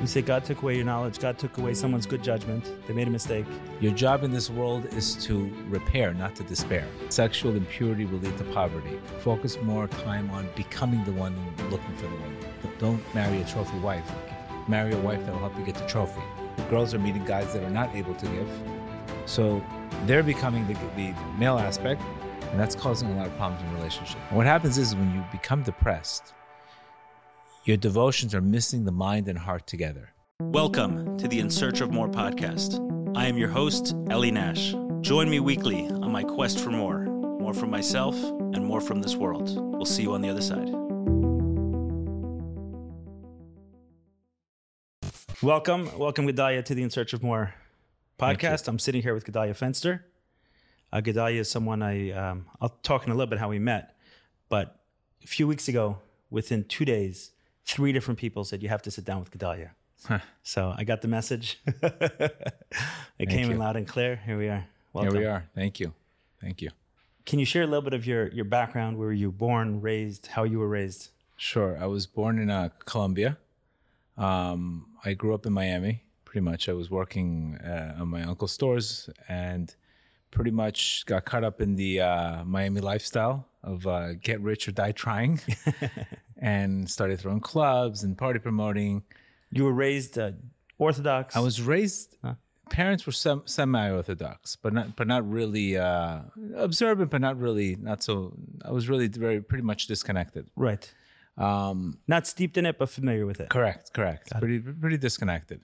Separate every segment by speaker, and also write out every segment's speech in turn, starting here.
Speaker 1: You say God took away your knowledge, God took away someone's good judgment, they made a mistake.
Speaker 2: Your job in this world is to repair, not to despair. Sexual impurity will lead to poverty. Focus more time on becoming the one and looking for the one. But don't marry a trophy wife. Marry a wife that will help you get the trophy. The girls are meeting guys that are not able to give. So they're becoming the, the male aspect, and that's causing a lot of problems in relationship. And what happens is when you become depressed, your devotions are missing the mind and heart together.
Speaker 3: Welcome to the In Search of More podcast. I am your host, Ellie Nash. Join me weekly on my quest for more, more from myself and more from this world. We'll see you on the other side.
Speaker 1: Welcome, welcome Gedalia to the In Search of More podcast. I'm sitting here with Gedalia Fenster. Uh, Gedalia is someone I um, I'll talk in a little bit how we met, but a few weeks ago, within two days, three different people said you have to sit down with Gedalia. So I got the message. it came in
Speaker 2: you.
Speaker 1: loud and clear. Here we are. Welcome.
Speaker 2: Here we are. Thank you. Thank you.
Speaker 1: Can you share a little bit of your your background? Where were you born, raised, how you were raised?
Speaker 2: Sure. I was born in uh, Colombia. Um, I grew up in Miami, pretty much. I was working uh, on my uncle's stores and pretty much got caught up in the uh, Miami lifestyle of uh, get rich or die trying and started throwing clubs and party promoting.
Speaker 1: You were raised uh, Orthodox.
Speaker 2: I was raised. Parents were sem- semi-orthodox, but not but not really uh, observant, but not really not so. I was really very pretty much disconnected.
Speaker 1: right,
Speaker 2: Um,
Speaker 1: not steeped in it, but familiar with it.
Speaker 2: Correct, correct. pretty pretty disconnected.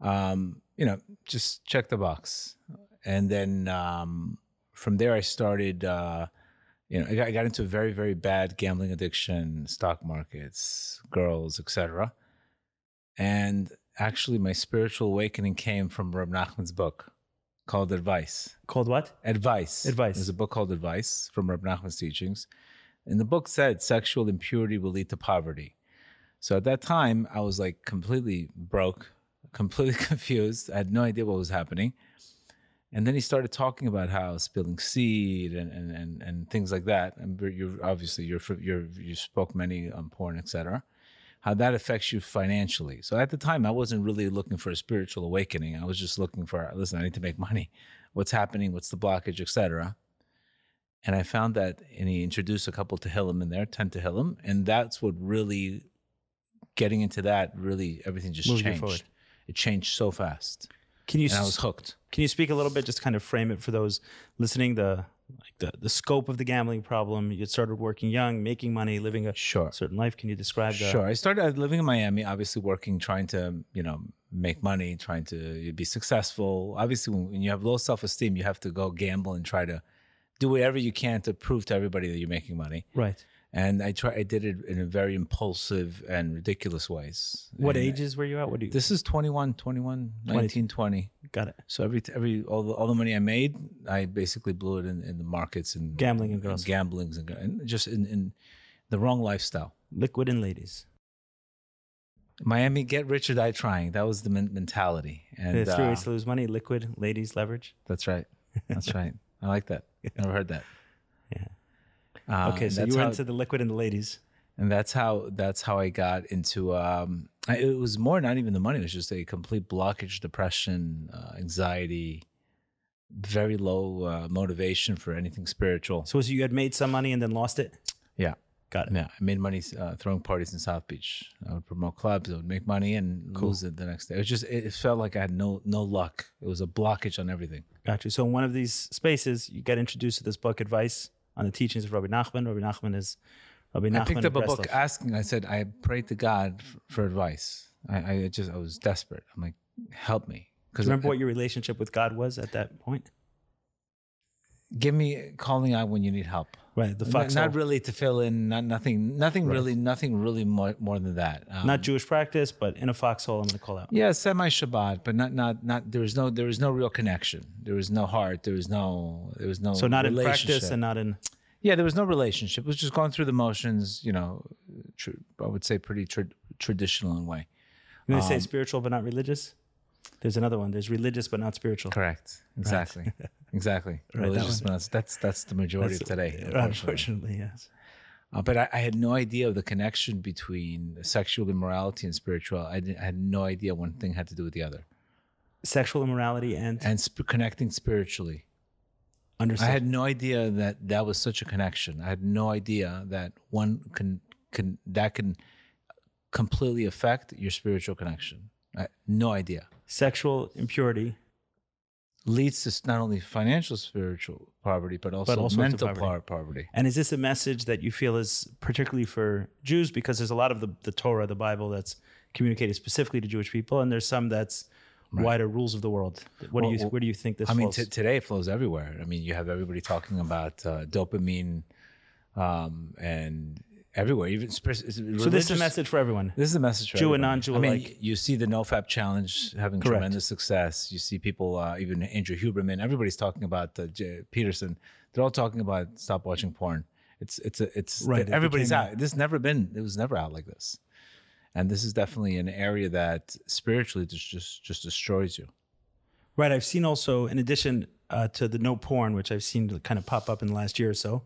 Speaker 2: Um, you know, just check the box, and then um, from there I started. Uh, you know, I got, I got into a very very bad gambling addiction, stock markets, girls, etc. And actually, my spiritual awakening came from Reb Nachman's book called Advice.
Speaker 1: Called what?
Speaker 2: Advice.
Speaker 1: Advice.
Speaker 2: There's a book called Advice from Reb Nachman's teachings. And the book said sexual impurity will lead to poverty. So at that time, I was like completely broke, completely confused. I had no idea what was happening. And then he started talking about how spilling seed and and and, and things like that. And you obviously you're you're you spoke many on porn, etc. How that affects you financially. So at the time, I wasn't really looking for a spiritual awakening. I was just looking for listen. I need to make money. What's happening? What's the blockage, etc. And I found that, and he introduced a couple tehillim in there, ten tehillim, and that's what really getting into that really everything just
Speaker 1: Moved you forward.
Speaker 2: changed. It changed so fast,
Speaker 1: Can you
Speaker 2: and I was
Speaker 1: s-
Speaker 2: hooked.
Speaker 1: can you speak a little bit? Just kind of frame it for those listening. The like the the scope of the gambling problem. You had started working young, making money, living a
Speaker 2: Sure.
Speaker 1: certain life. Can you describe the?
Speaker 2: Sure. I started uh, living in Miami, obviously working, trying to, you know, make money, trying to be successful. Obviously, when, when you have low self esteem, you have to go gamble and try to do whatever you can to prove to everybody that you're making money.
Speaker 1: Right.
Speaker 2: And I try, I did it in a very impulsive and ridiculous ways.
Speaker 1: What
Speaker 2: And uh,
Speaker 1: ages were you at? What do you?
Speaker 2: This is 21, 21, 19, 20.
Speaker 1: got it.
Speaker 2: So every every all the all the money I made, I basically blew it in, in the markets and
Speaker 1: Gambling and girls.
Speaker 2: gamblings and, and just in, in the wrong lifestyle.
Speaker 1: Liquid and ladies.
Speaker 2: Miami, get rich or die trying. That was the men- mentality.
Speaker 1: The
Speaker 2: And
Speaker 1: three
Speaker 2: uh,
Speaker 1: ways to lose money: liquid, ladies, leverage.
Speaker 2: that's right. That's right. I like that. Never heard that.
Speaker 1: Yeah.
Speaker 2: Uh,
Speaker 1: okay,
Speaker 2: and
Speaker 1: so you
Speaker 2: that's
Speaker 1: were
Speaker 2: how-
Speaker 1: into the liquid and the ladies.
Speaker 2: and that's how that's how I got into. Um, I, it was more not even the money. It was just a complete blockage, depression, uh, anxiety, very low uh, motivation for anything spiritual.
Speaker 1: So, so you had made some money and then lost it.
Speaker 2: Yeah.
Speaker 1: Got it.
Speaker 2: Yeah, I made money uh, throwing parties in South Beach. I would promote clubs. I would make money and lose it the next day. It was just it it felt like I had no no luck. It was a blockage on everything.
Speaker 1: Got you. So in one of these spaces, you get introduced to this book, Advice on the Teachings of Rabbi Nachman. Rabbi Nachman is Rabbi Nachman.
Speaker 2: I picked
Speaker 1: of
Speaker 2: up a book
Speaker 1: Breslov.
Speaker 2: asking. I said I prayed to God f- for advice. I, I just I was desperate. I'm like, help me.
Speaker 1: Do
Speaker 2: Because
Speaker 1: you remember what your relationship with God was at that point?
Speaker 2: give me calling out when you need help.
Speaker 1: Right. The
Speaker 2: Not-
Speaker 1: fox.
Speaker 2: Not, really to fill in. Not nothing. Nothing really. Nothing really more, more than that. Um,
Speaker 1: not Jewish practice, but in a foxhole, I'm going to call out.
Speaker 2: Yeah, semi Shabbat, but not not not. There was no there was no real connection. There was no heart. There was no there was no.
Speaker 1: So not in
Speaker 2: relationship.
Speaker 1: practice and not in.
Speaker 2: yeah, there was no relationship. It was just going through the motions. You know, tr- I would say pretty tr- traditional in a way.
Speaker 1: You want to say spiritual but not religious? There's another one. There's religious but not spiritual.
Speaker 2: Correct. Exactly. exactly.
Speaker 1: that
Speaker 2: Religious.
Speaker 1: one.
Speaker 2: That's, that's that's the majority of today.
Speaker 1: Yeah,
Speaker 2: unfortunately.
Speaker 1: Unfortunately, yes.
Speaker 2: Uh, but I, I had no idea of the connection between sexual immorality and spiritual. I, didn't, I had no idea one thing had to do with the other.
Speaker 1: Sexual immorality and,
Speaker 2: And sp- connecting spiritually.
Speaker 1: under
Speaker 2: I had no idea that that was such a connection. I had no idea that one can can that can completely affect your spiritual connection. I, no idea.
Speaker 1: sexual impurity.
Speaker 2: Leads to not only financial spiritual poverty, but also,
Speaker 1: all sorts of
Speaker 2: mental
Speaker 1: poverty.
Speaker 2: par- poverty.
Speaker 1: And is this a message that you feel is particularly for Jews? Because there's a lot of the, the Torah, the Bible, that's communicated specifically to Jewish people, and there's some that's wider rules of the world. What
Speaker 2: Well,
Speaker 1: do you where do you think this?
Speaker 2: I mean,
Speaker 1: falls?
Speaker 2: t- today it flows everywhere. I mean, you have everybody talking about uh, dopamine um, and everywhere. Even sp-
Speaker 1: so this is a message for everyone.
Speaker 2: This is a message for
Speaker 1: Jew and
Speaker 2: everybody.
Speaker 1: non-Jew
Speaker 2: I mean,
Speaker 1: alike.
Speaker 2: y- you see the NoFap challenge having
Speaker 1: Correct.
Speaker 2: tremendous success. You see people, uh, even Andrew Huberman. Everybody's talking about uh, J- Peterson. They're all talking about stop watching porn. It's it's a, it's
Speaker 1: Right, it
Speaker 2: Everybody's
Speaker 1: became
Speaker 2: out. This never been. It was never out like this. And this is definitely an area that spiritually just just, just destroys you.
Speaker 1: Right. I've seen also, in addition uh, to the no porn, which I've seen kind of pop up in the last year or so,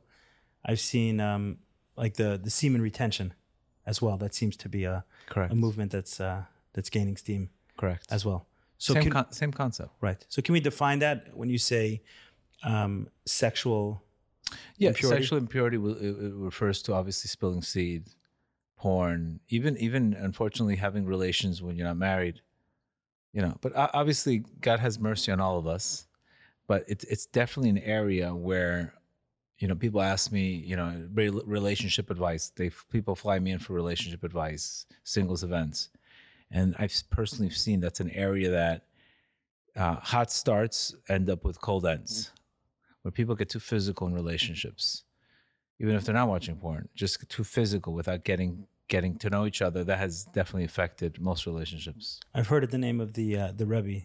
Speaker 1: I've seen um, like the the semen retention as well. That seems to be a,
Speaker 2: Correct.
Speaker 1: a movement that's uh, that's gaining steam
Speaker 2: Correct.
Speaker 1: as well. So
Speaker 2: same
Speaker 1: can,
Speaker 2: con- same concept.
Speaker 1: right. So can we define that when you say um, sexual?
Speaker 2: Yeah,
Speaker 1: impurity?
Speaker 2: sexual impurity will, it, it refers to obviously spilling seed, porn, even even unfortunately having relations when you're not married. You know, but o- obviously God has mercy on all of us, but it's it's definitely an area where, you know, people ask me, you know, re- relationship advice. They people fly me in for relationship advice, singles events, and I've personally seen that's an area that uh, hot starts end up with cold ends, where people get too physical in relationships, even if they're not watching porn, just get too physical without getting getting to know each other. That has definitely affected most relationships.
Speaker 1: I've heard it the name of the uh, the Rebbe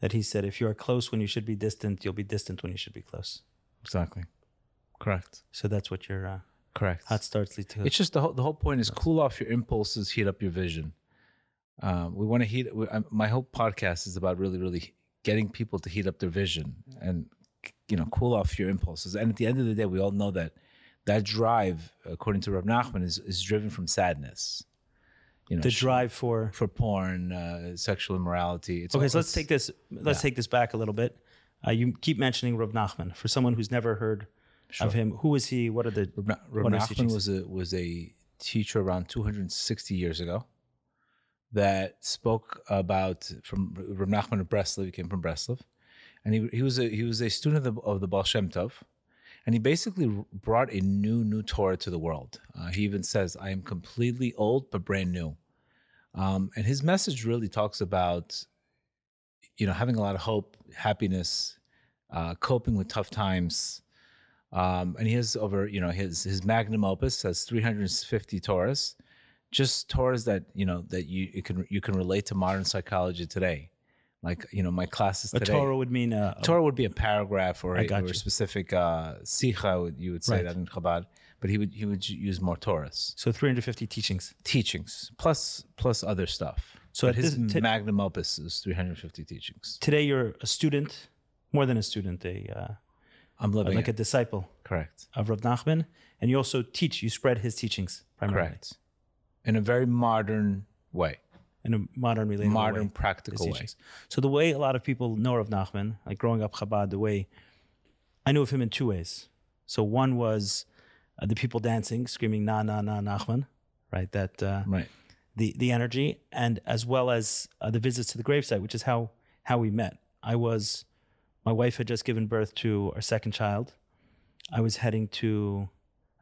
Speaker 1: that he said, if you are close when you should be distant, you'll be distant when you should be close.
Speaker 2: Exactly, correct,
Speaker 1: So that's what your uh,
Speaker 2: correct.
Speaker 1: hot starts lead to.
Speaker 2: It's just the whole the whole point is cool off your impulses, heat up your vision. Um, we want to heat. We, I, my whole podcast is about really, really getting people to heat up their vision and you know cool off your impulses. And at the end of the day, we all know that that drive, according to Rab Nachman, is is driven from sadness. You know,
Speaker 1: the drive for
Speaker 2: for porn, uh, sexual immorality. It's
Speaker 1: Okay,
Speaker 2: all-
Speaker 1: so let's take this. Let's take this back a little bit. Uh, you keep mentioning Rav Nachman for someone who's never heard of him. Who is he? What are the
Speaker 2: Rab
Speaker 1: What are his
Speaker 2: Nachman
Speaker 1: teachings?
Speaker 2: was a was a teacher around 260 years ago that spoke about from Rab Nachman of Breslov. He came from Breslov, and he he was a he was a student of the, of the Baal Shem Tov, and he basically brought a new new Torah to the world. Uh, he even says, "I am completely old but brand new," um, and his message really talks about you know having a lot of hope, happiness, uh, coping with tough times. Um, and he has over, you know, his his magnum opus has 350 Torahs, just Torahs that you know that you, you can you can relate to modern psychology today, like you know my classes
Speaker 1: a
Speaker 2: today.
Speaker 1: Torah would mean uh, a, a-
Speaker 2: Torah would be a paragraph or
Speaker 1: I
Speaker 2: a,
Speaker 1: got
Speaker 2: or a
Speaker 1: you.
Speaker 2: specific uh, sikha. would- You would say
Speaker 1: Right.
Speaker 2: that in Chabad, but he would he would use more Torahs
Speaker 1: so 350 teachings.
Speaker 2: teachings plus plus other stuff.
Speaker 1: So
Speaker 2: But
Speaker 1: at
Speaker 2: his
Speaker 1: this- t-
Speaker 2: magnum opus is 350 teachings.
Speaker 1: Today you're a student, more than a student, a
Speaker 2: I'm
Speaker 1: uh,
Speaker 2: living
Speaker 1: like a
Speaker 2: it.
Speaker 1: disciple
Speaker 2: correct.
Speaker 1: of Rav Nachman, and you also teach. You spread his teachings primarily
Speaker 2: Correct. In a very modern way,
Speaker 1: in a modern, related
Speaker 2: modern
Speaker 1: way. his
Speaker 2: practical way.
Speaker 1: teachings. So the way a lot of people know Rav Nachman, like growing up Chabad, the way I knew of him in two ways. So one was uh, the people dancing, screaming "Na Na Na Nachman," right? That uh,
Speaker 2: Right.
Speaker 1: the the energy, and as well as uh, the visits to the gravesite, which is how how we met. I was my wife had just given birth to our second child. I was heading to,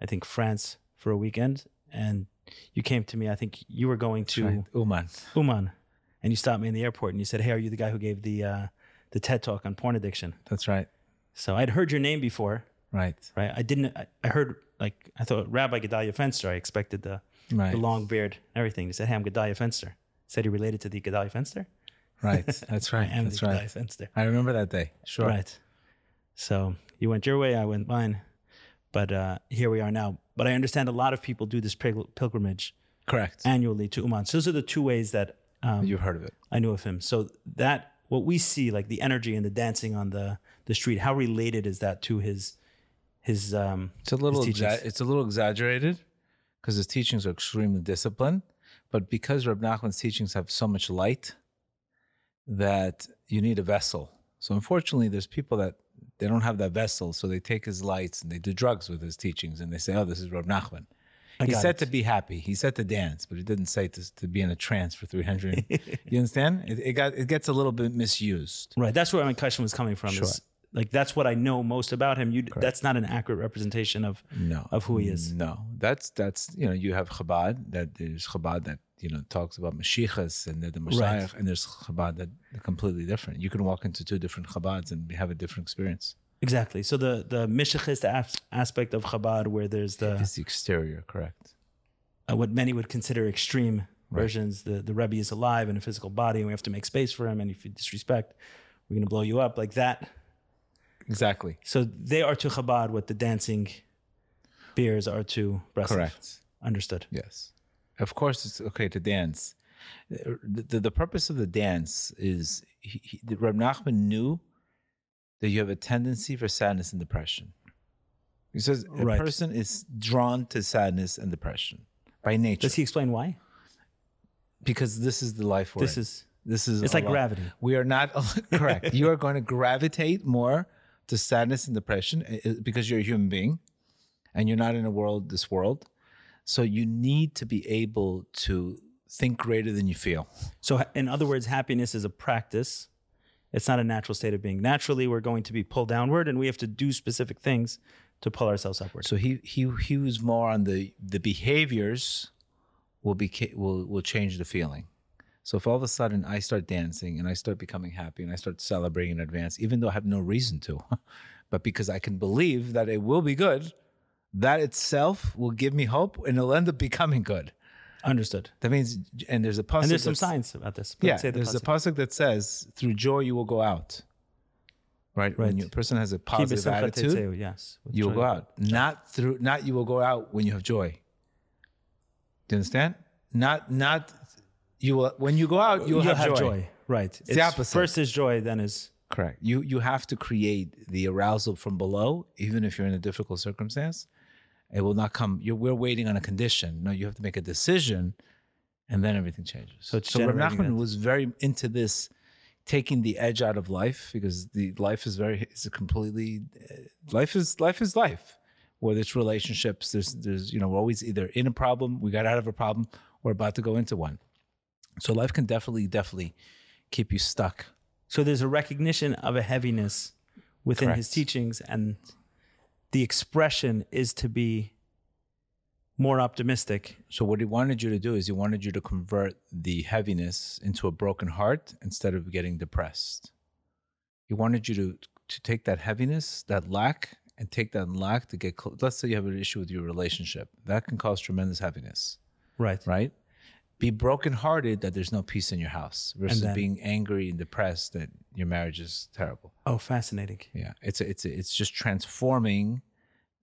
Speaker 1: I think France for a weekend, and you came to me. I think you were going to.
Speaker 2: Right. Uman.
Speaker 1: Uman, and you stopped me in the airport and you said, "Hey, are you the guy who gave the uh, the TED talk on porn addiction?"
Speaker 2: That's right.
Speaker 1: So I'd heard your name before,
Speaker 2: Right.
Speaker 1: right? I didn't. I, I heard like I thought Rabbi Gedalia Fenster. I expected the,
Speaker 2: Right.
Speaker 1: the long beard, and everything. You said, "Hey, I'm Gedalia Fenster." Said he related to the Gedalia Fenster.
Speaker 2: Right. That's
Speaker 1: I
Speaker 2: right.
Speaker 1: am
Speaker 2: That's
Speaker 1: the
Speaker 2: right.
Speaker 1: Gedalia Fenster.
Speaker 2: I remember that day. Sure.
Speaker 1: Right. So you went your way, I went mine, but uh, here we are now. But I understand a lot of people do this pil- pilgrimage
Speaker 2: Correct.
Speaker 1: annually to Uman. So those are the two ways that um,
Speaker 2: You've heard of it.
Speaker 1: I knew of him. So that what we see, like the energy and the dancing on the the street, how related is that to his his um
Speaker 2: It's a little
Speaker 1: teachings.
Speaker 2: exa- it's a little exaggerated because his teachings are extremely disciplined, but because Reb Nachman's teachings have so much light that you need a vessel. So unfortunately, there's people that they don't have that vessel, so they take his lights and they do drugs with his teachings, and they say, "Oh, this is Reb Nachman."
Speaker 1: I
Speaker 2: he
Speaker 1: got
Speaker 2: said
Speaker 1: it.
Speaker 2: to be happy. He said to dance, but he didn't say to, to be in a trance for 300. you understand? It, it got it gets a little bit misused.
Speaker 1: Right. That's where my question was coming from.
Speaker 2: Sure.
Speaker 1: Is, like that's what I know most about him. You that's not an accurate representation of
Speaker 2: no
Speaker 1: of who he is.
Speaker 2: No, that's that's you know you have Chabad that there's Chabad that you know talks about Mashiachas and they're the Messiah, and there's Chabad that are completely different. You can walk into two different Chabads and have a different experience.
Speaker 1: exactly. So the the Mishachist as- aspect of Chabad, where there's the
Speaker 2: it's the exterior, correct?
Speaker 1: uh, what many would consider extreme
Speaker 2: Right.
Speaker 1: versions. The the Rebbe is alive in a physical body, and we have to make space for him. And if you disrespect, we're gonna blow you up like that.
Speaker 2: Exactly,
Speaker 1: So they are to Chabad what the dancing beers are to Breslev.
Speaker 2: correct.
Speaker 1: Understood.
Speaker 2: Yes, of course it's okay to dance. The, the, the purpose of the dance is he, he, the Reb Nachman knew that you have a tendency for sadness and depression. He says a
Speaker 1: Right.
Speaker 2: person is drawn to sadness and depression by nature
Speaker 1: Does he explain why?
Speaker 2: because this is the life we're
Speaker 1: This
Speaker 2: in.
Speaker 1: is
Speaker 2: this is
Speaker 1: it's
Speaker 2: a
Speaker 1: like
Speaker 2: lot.
Speaker 1: gravity.
Speaker 2: We are not correct. you are going to gravitate more to sadness and depression eh, eh, because you're a human being and you're not in a world this world. So you need to be able to think greater than you feel.
Speaker 1: So, ha- in other words, happiness is a practice. It's not a natural state of being. Naturally, we're going to be pulled downward, and we have to do specific things to pull ourselves upward.
Speaker 2: So he he he was more on the the behaviors will be ca- will will change the feeling. So if all of a sudden I start dancing and I start becoming happy and I start celebrating in advance, even though I have no reason to, but because I can believe that it will be good, that itself will give me hope and it'll end up becoming good.
Speaker 1: Understood.
Speaker 2: That means, and there's a possibility.
Speaker 1: And there's some science about this. But
Speaker 2: Yeah,
Speaker 1: say the
Speaker 2: there's a
Speaker 1: positive.
Speaker 2: pasuk that says, "Through joy you will go out." Right, when
Speaker 1: Right.
Speaker 2: you- a person has a
Speaker 1: Ki
Speaker 2: positive
Speaker 1: besimcha
Speaker 2: attitude,
Speaker 1: tetzeu, Yes. with
Speaker 2: you will
Speaker 1: joy.
Speaker 2: go out. Not through not you will go out when you have joy. Do you understand? Not not you will when you go out, you'll,
Speaker 1: You'll
Speaker 2: have, joy.
Speaker 1: Right. It's,
Speaker 2: the opposite.
Speaker 1: First is joy, then is
Speaker 2: Correct. You you have to create the arousal from below, even if you're in a difficult circumstance. It will not come. You're, we're waiting on a condition. No, you have to make a decision, and then everything changes. So,
Speaker 1: it's
Speaker 2: Reb
Speaker 1: generating
Speaker 2: Nachman
Speaker 1: that.
Speaker 2: was very into this, taking the edge out of life because the life is very is a completely uh, life is life is life. Whether it's relationships, there's there's you know we're always either in a problem, we got out of a problem, or about to go into one. So life can definitely definitely keep you stuck.
Speaker 1: so. There's a recognition of a heaviness within his
Speaker 2: Correct.
Speaker 1: teachings, and the expression is to be more optimistic.
Speaker 2: So what he wanted you to do is he wanted you to convert the heaviness into a broken heart instead of getting depressed. He wanted you to to take that heaviness, that lack, and take that lack to get close. Let's say you have an issue with your relationship. That can cause tremendous heaviness,
Speaker 1: Right.
Speaker 2: right? Be brokenhearted that there's no peace in your house versus
Speaker 1: then-
Speaker 2: being angry and depressed that your marriage is terrible.
Speaker 1: Oh, fascinating.
Speaker 2: Yeah, it's a, it's a, it's just transforming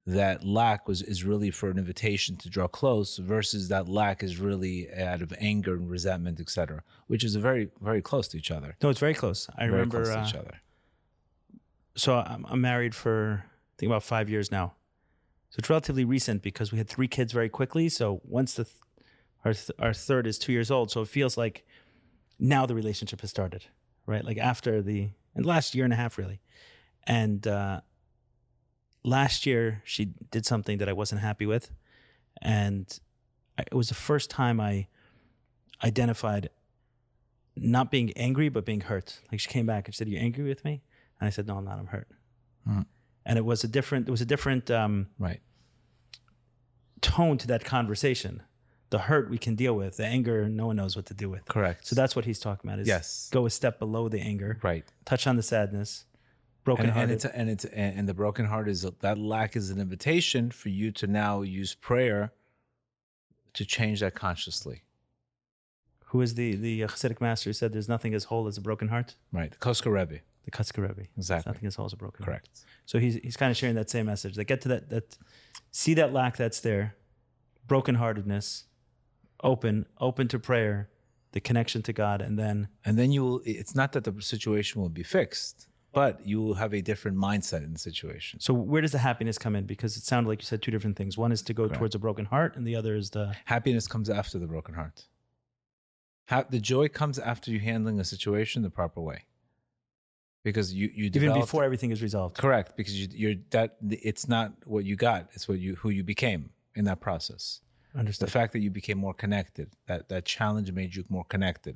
Speaker 2: that lack was is really for an invitation to draw close versus that lack is really out of anger and resentment, etc., which is very very close to each other.
Speaker 1: No, it's very close. I
Speaker 2: Very
Speaker 1: remember.
Speaker 2: close
Speaker 1: uh,
Speaker 2: to each other.
Speaker 1: so I'm, I'm married for I think about five years now. So it's relatively recent because we had three kids very quickly. So once the th- our th- our third is two years old, so it feels like now the relationship has started, right? Like after the and last year and a half really, and uh, last year she did something that I wasn't happy with, and I, it was the first time I identified not being angry but being hurt. Like she came back and she said, "You're angry with me," and I said, "No, I'm not. I'm hurt."
Speaker 2: Hmm.
Speaker 1: And it was a different. It was a different um,
Speaker 2: Right.
Speaker 1: tone to that conversation. The hurt we can deal with. The anger, no one knows what to do with.
Speaker 2: Correct.
Speaker 1: So that's what he's talking about. Is
Speaker 2: Yes.
Speaker 1: go a step below the anger,
Speaker 2: right.
Speaker 1: touch on the sadness, broken
Speaker 2: And, and it's
Speaker 1: hearted.
Speaker 2: and it's and and the broken heart is that lack is an invitation for you to now use prayer to change that consciously.
Speaker 1: Who is the the Hasidic master who said, "There's nothing as whole as a broken heart."
Speaker 2: Right. The Koska Rebbe.
Speaker 1: The Kutzke Rebbe. There's
Speaker 2: Exactly.
Speaker 1: Nothing as whole as a broken heart.
Speaker 2: Correct.
Speaker 1: So he's he's kind of sharing that same message. That get to that that see that lack that's there, brokenheartedness, open open to prayer, the connection to God, and then
Speaker 2: And then you will. It's not that the situation will be fixed. but you will have a different mindset in the situation.
Speaker 1: So where does the happiness come in? Because it sounded like you said two different things. One is to go
Speaker 2: Correct.
Speaker 1: towards a broken heart, and the other is the
Speaker 2: Happiness comes after the broken heart. Ha- the joy comes after you handling a situation the proper way, because you you
Speaker 1: even
Speaker 2: developed-
Speaker 1: before everything is resolved.
Speaker 2: Correct, because you, you're that it's not what you got; it's what you who you became in that process. The
Speaker 1: Understood.
Speaker 2: fact that you became more connected, that that challenge made you more connected.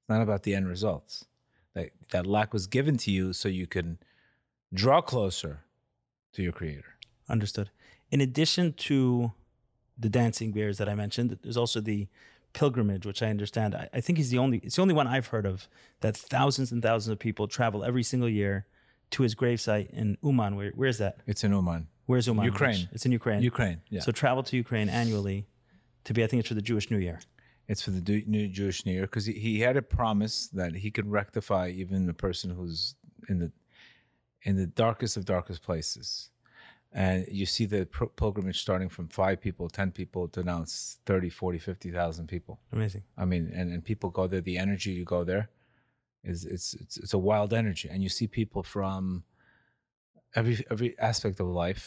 Speaker 2: It's not about the end results. That that lack was given to you so you can draw closer to your creator.
Speaker 1: Understood. In addition to the dancing bears that I mentioned, there's also the pilgrimage, which I understand. I, I think is the only it's the only one I've heard of that thousands and thousands of people travel every single year to his gravesite in Uman. Where where is that?
Speaker 2: It's in Oman,
Speaker 1: Where's Uman? Which-
Speaker 2: Ukraine.
Speaker 1: It's in Ukraine.
Speaker 2: Ukraine. Yeah,
Speaker 1: So travel to Ukraine annually to be I think it's for the Jewish New Year.
Speaker 2: it's for the Du- new Jewish New Year because he, he had a promise that he could rectify even the person who's in the in the darkest of darkest places. And you see the pr- pilgrimage starting from five people, 10 people to now it's 30, 40, 50,000 people.
Speaker 1: Amazing.
Speaker 2: I mean, and, and people go there. The energy you go there is it's it's it's a wild energy, and you see people from every every aspect of life,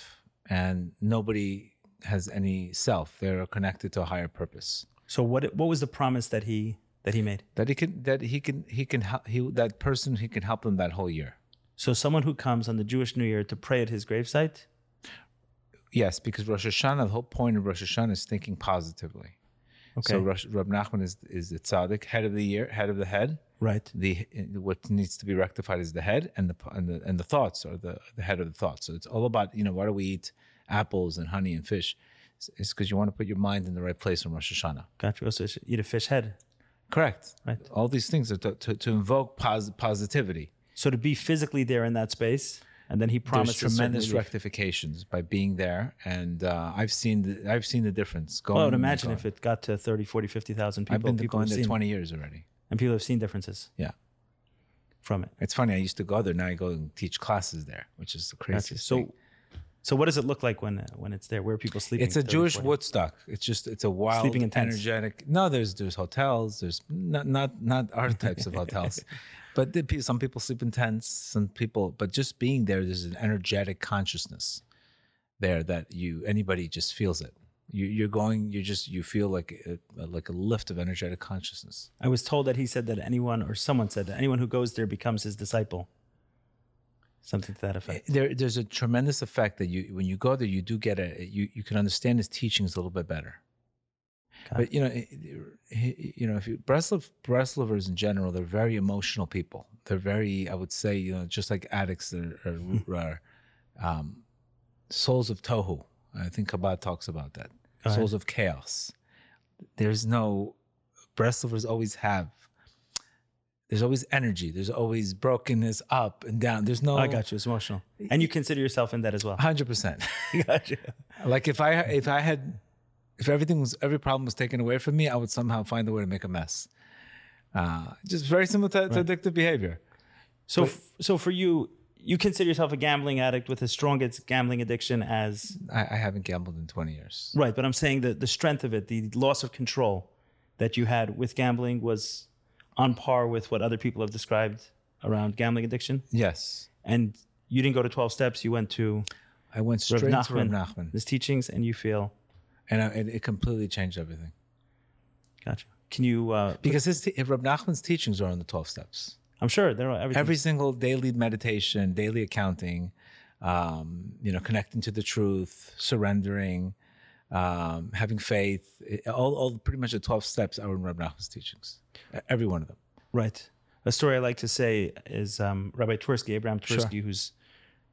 Speaker 2: and nobody has any self. They're connected to a higher purpose.
Speaker 1: So what what was the promise that he that he made?
Speaker 2: That he can that he can he can help he that person he can help them that whole year.
Speaker 1: So someone who comes on the Jewish New Year to pray at his gravesite,
Speaker 2: Yes, because Rosh Hashanah, the whole point of Rosh Hashanah is thinking positively.
Speaker 1: okay,
Speaker 2: So Rosh, Rab Nachman is is the tzaddik, head of the year, head of the head.
Speaker 1: right,
Speaker 2: the eh, what needs to be rectified is the head and the and the, and the thoughts or the the head of the thoughts. So it's all about you know why do we eat apples and honey and fish? It's- It's because you want to put your mind in the right place on Rosh Hashanah.
Speaker 1: gotcha. Also, you should eat a fish head,
Speaker 2: Correct.
Speaker 1: right?
Speaker 2: All these things are to to, to invoke pos- positivity.
Speaker 1: So to be physically there in that space, and then he promised
Speaker 2: There's tremendous
Speaker 1: Rec-
Speaker 2: rectifications by being there, and uh, I've seen the, I've seen the difference. Going
Speaker 1: well, I would
Speaker 2: and
Speaker 1: Oh, imagine
Speaker 2: going.
Speaker 1: if it got to 30, 40, 50,000 people,
Speaker 2: I've been
Speaker 1: people
Speaker 2: going
Speaker 1: have
Speaker 2: there
Speaker 1: seen,
Speaker 2: 20 years already.
Speaker 1: and people have seen differences
Speaker 2: Yeah,
Speaker 1: from it.
Speaker 2: it's funny. I used to go there. Now I go and teach classes there, which is the
Speaker 1: Gotcha.
Speaker 2: craziest. thing.
Speaker 1: So, so what does it look like when when it's there? Where are people sleeping?
Speaker 2: It's a
Speaker 1: 30,
Speaker 2: Jewish
Speaker 1: 40?
Speaker 2: Woodstock. It's just it's a wild,
Speaker 1: Sleeping in tents.
Speaker 2: energetic. No, there's there's hotels. There's not not not our types of hotels, but the, pe- some people sleep in tents. Some people, but just being there, there's an energetic consciousness there that you anybody just feels it. You, you're going. You just you feel like a, like a lift of energetic consciousness.
Speaker 1: I was told that he said that anyone or someone said that anyone who goes there becomes his disciple. Something to that effect.
Speaker 2: There, there's a tremendous effect that you when you go there, you do get a you you can understand his teachings a little bit better.
Speaker 1: Got
Speaker 2: But you know, it- it- you know, if you Breslov Breslovers in general, they're very emotional people. They're very, I would say, you know, just like addicts, they're
Speaker 1: Hmm.
Speaker 2: are, are um, souls of tohu. I think Kabbalah talks about that.
Speaker 1: Go ahead.
Speaker 2: souls of chaos. There's no Breslovers always have. There's always energy. There's always brokenness up and down. There's no.
Speaker 1: I got you. It's emotional, and you consider yourself in that as well.
Speaker 2: Hundred percent.
Speaker 1: got you.
Speaker 2: Like if I if I had if everything was every problem was taken away from me, I would somehow find a way to make a mess. Uh, just very similar to, to addictive behavior.
Speaker 1: So, f- so for you, you consider yourself a gambling addict with the strongest gambling addiction as
Speaker 2: I, I haven't gambled in twenty years.
Speaker 1: right. But I'm saying that the strength of it, the loss of control that you had with gambling, was on par with what other people have described around gambling addiction.
Speaker 2: Yes,
Speaker 1: And you didn't go to 12 steps. You went to
Speaker 2: I went
Speaker 1: Rav
Speaker 2: straight to Rav
Speaker 1: Nachman,
Speaker 2: Nachman,
Speaker 1: his teachings, and you feel
Speaker 2: and I, it, it completely changed everything
Speaker 1: gotcha. Can you? Uh,
Speaker 2: because his te- Rav Nachman's teachings are on the twelve steps.
Speaker 1: I'm sure there are everything.
Speaker 2: Every single daily meditation, daily accounting, um, you know, connecting to the truth, surrendering, um, having faith, it- all, all pretty much the 12 steps are in Reb Nachman's teachings, E- every one of them.
Speaker 1: Right. A story I like to say is um, Rabbi Twersky, Abraham Twersky, who's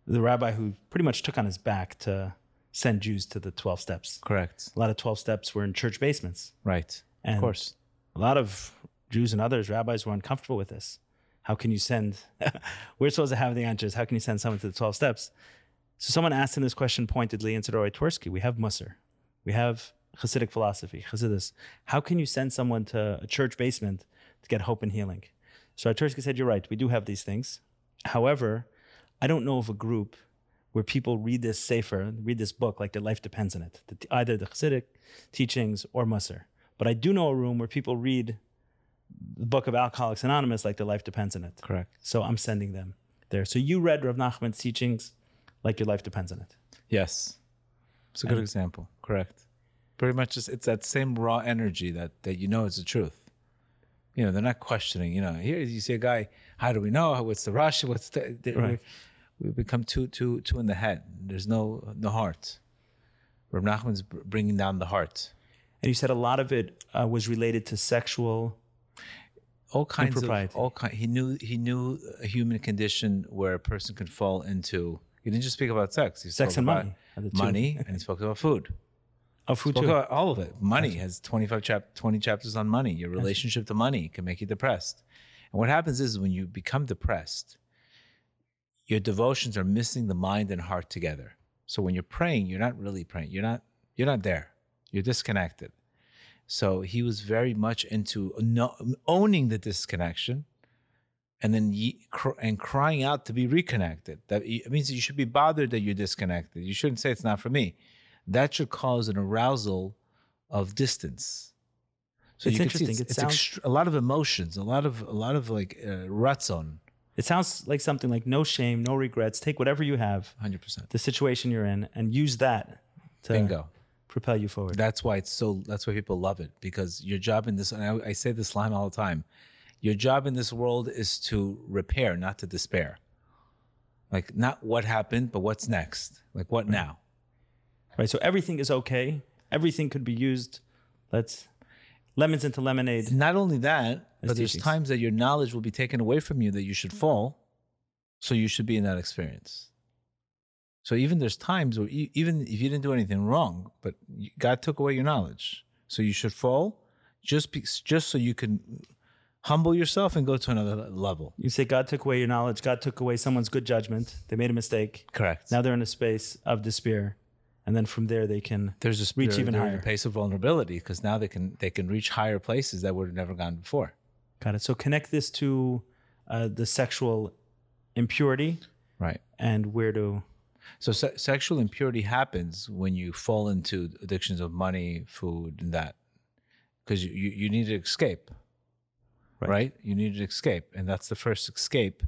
Speaker 1: the rabbi who pretty much took on his back to send Jews to the 12 steps.
Speaker 2: Correct.
Speaker 1: A lot of 12 steps were in church basements.
Speaker 2: Right.
Speaker 1: And
Speaker 2: of course.
Speaker 1: A lot of Jews and others, rabbis, were uncomfortable with this. How can you send, we're supposed to have the answers. How can you send someone to the 12 steps? So someone asked him this question pointedly and said, Rabbi Twersky, we have Musser. We have Hasidic philosophy, Hasidus. How can you send someone to a church basement to get hope and healing? So Tursky said, You're right, we do have these things. However, I don't know of a group where people read this safer, read this book like their life depends on it, the- either the Hasidic teachings or Musser. But I do know a room where people read the book of Alcoholics Anonymous like their life depends on it.
Speaker 2: Correct.
Speaker 1: So I'm sending them. there. So you read Rav Nachman's teachings like your life depends on it.
Speaker 2: Yes. It's a good example. Correct. Pretty much just, it's that same raw energy that, that you know is the truth. You know, they're not questioning. You know, here you see a guy, how do we know? What's the Rashi? What's the. the
Speaker 1: Right.
Speaker 2: we, we become too, too, too in the head. There's no, no heart. Reb Nachman's br- bringing down the heart.
Speaker 1: And you said a lot of it uh, was related to sexual.
Speaker 2: all kinds of
Speaker 1: Impropriety.
Speaker 2: all kind. He knew he knew a human condition where a person could fall into. He didn't just speak about sex. He
Speaker 1: Sex
Speaker 2: spoke
Speaker 1: and
Speaker 2: about
Speaker 1: money are the two.
Speaker 2: money, and he spoke about food.
Speaker 1: Oh, food
Speaker 2: Spoke
Speaker 1: too.
Speaker 2: about all of it. Money has twenty five chap twenty chapters on money. Your relationship to money can make you depressed. And what happens is when you become depressed, your devotions are missing the mind and heart together. So when you're praying, you're not really praying. You're not you're not there. You're disconnected. So he was very much into no, owning the disconnection and then ye, cr- and crying out to be reconnected. That it means you should be bothered that you're disconnected. You shouldn't say it's not for me. That should cause an arousal of distance. So
Speaker 1: It's
Speaker 2: you can see
Speaker 1: interesting.
Speaker 2: it's,
Speaker 1: It
Speaker 2: it's
Speaker 1: sounds-
Speaker 2: extr- a lot of emotions, a lot of a lot of like uh, ruts on
Speaker 1: It sounds like something like no shame, no regrets. Take whatever you have,
Speaker 2: 100%.
Speaker 1: the situation you're in, and use that to
Speaker 2: Bingo.
Speaker 1: propel you forward.
Speaker 2: That's why it's so. That's why people love it because your job in this. And I, I say this line all the time. Your job in this world is to repair, not to despair. Like not what happened, but what's next. Like what now?
Speaker 1: right. So everything is okay. Everything could be used. Let's lemons into lemonade.
Speaker 2: Not only that, but there's
Speaker 1: teachings.
Speaker 2: times that your knowledge will be taken away from you that you should fall. So you should be in that experience. So even there's times where e even if you didn't do anything wrong, but you- God took away your knowledge, so you should fall, just be, just so you can humble yourself and go to another le- level.
Speaker 1: You say God took away your knowledge. God took away someone's good judgment. They made a mistake.
Speaker 2: Correct.
Speaker 1: Now they're in a space of despair, and then from there they can
Speaker 2: there's a
Speaker 1: reach
Speaker 2: they're-
Speaker 1: even
Speaker 2: they're in
Speaker 1: higher.
Speaker 2: a place of vulnerability because now they can they can reach higher places that would have never gone before.
Speaker 1: Got it. So connect this to uh, the sexual impurity
Speaker 2: Right.
Speaker 1: and where to.
Speaker 2: So se- sexual impurity happens when you fall into addictions of money, food, and that, because you, you you need to escape,
Speaker 1: Right.
Speaker 2: right. You need to escape, and that's the first escape.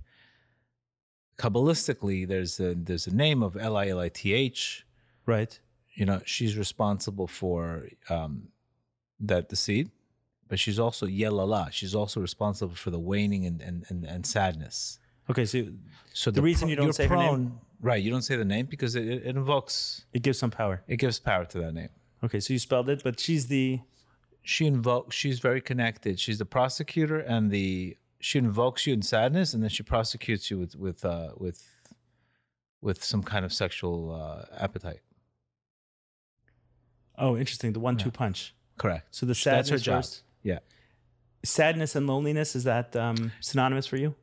Speaker 2: Kabbalistically, there's a there's a name of L I L I T H.
Speaker 1: Right.
Speaker 2: You know, she's responsible for um, that the seed, but she's also Yelala. She's also responsible for the waning and and and, and sadness.
Speaker 1: Okay. So
Speaker 2: So
Speaker 1: The reason you don't
Speaker 2: you're
Speaker 1: say her name-
Speaker 2: right? You don't say the name because it, it it invokes
Speaker 1: it gives some power.
Speaker 2: it gives power to that name.
Speaker 1: Okay. So you spelled it, but she's the
Speaker 2: She invokes. She's very connected. She's the prosecutor, and the she invokes you in sadness, and then she prosecutes you with with uh, with with some kind of sexual uh, appetite.
Speaker 1: oh, interesting. The one-two punch.
Speaker 2: Correct.
Speaker 1: So the
Speaker 2: That's
Speaker 1: sadness
Speaker 2: her job.
Speaker 1: first.
Speaker 2: Yeah.
Speaker 1: Sadness and loneliness is that um, synonymous for you?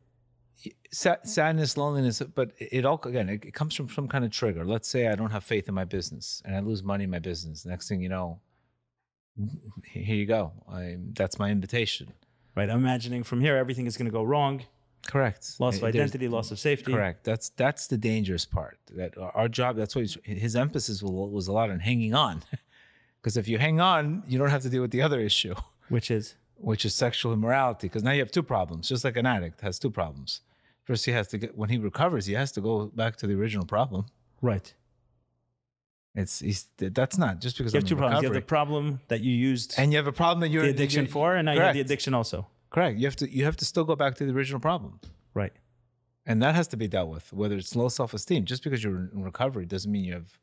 Speaker 2: Sa- sadness, loneliness, but it it all again it, it comes from some kind of trigger. Let's say I don't have faith in my business, and I lose money in my business. Next thing you know, here you go. I, that's my invitation.
Speaker 1: Right. I'm imagining from here everything is going to go wrong.
Speaker 2: Correct.
Speaker 1: Loss of
Speaker 2: There's-
Speaker 1: identity, loss of safety.
Speaker 2: Correct. That's that's the dangerous part. That our our job. That's why he's- his emphasis was was a lot on hanging on, because if you hang on, you don't have to deal with the other issue,
Speaker 1: Which is
Speaker 2: which is sexual immorality. Because now you have two problems. Just like an addict has two problems. First, he has to get when he recovers, he has to go back to the original problem.
Speaker 1: right.
Speaker 2: It's he's, that's not just because
Speaker 1: You
Speaker 2: I'm
Speaker 1: have two
Speaker 2: in
Speaker 1: problems. You have
Speaker 2: recovery.
Speaker 1: the problem that you used
Speaker 2: and you have a problem that you're
Speaker 1: the addiction
Speaker 2: you're-
Speaker 1: for, and now you have the
Speaker 2: correct.
Speaker 1: addiction also.
Speaker 2: Correct. You have to you have to still go back to the original problem.
Speaker 1: Right.
Speaker 2: And that has to be dealt with, whether it's low self esteem. Just because you're in recovery doesn't mean you have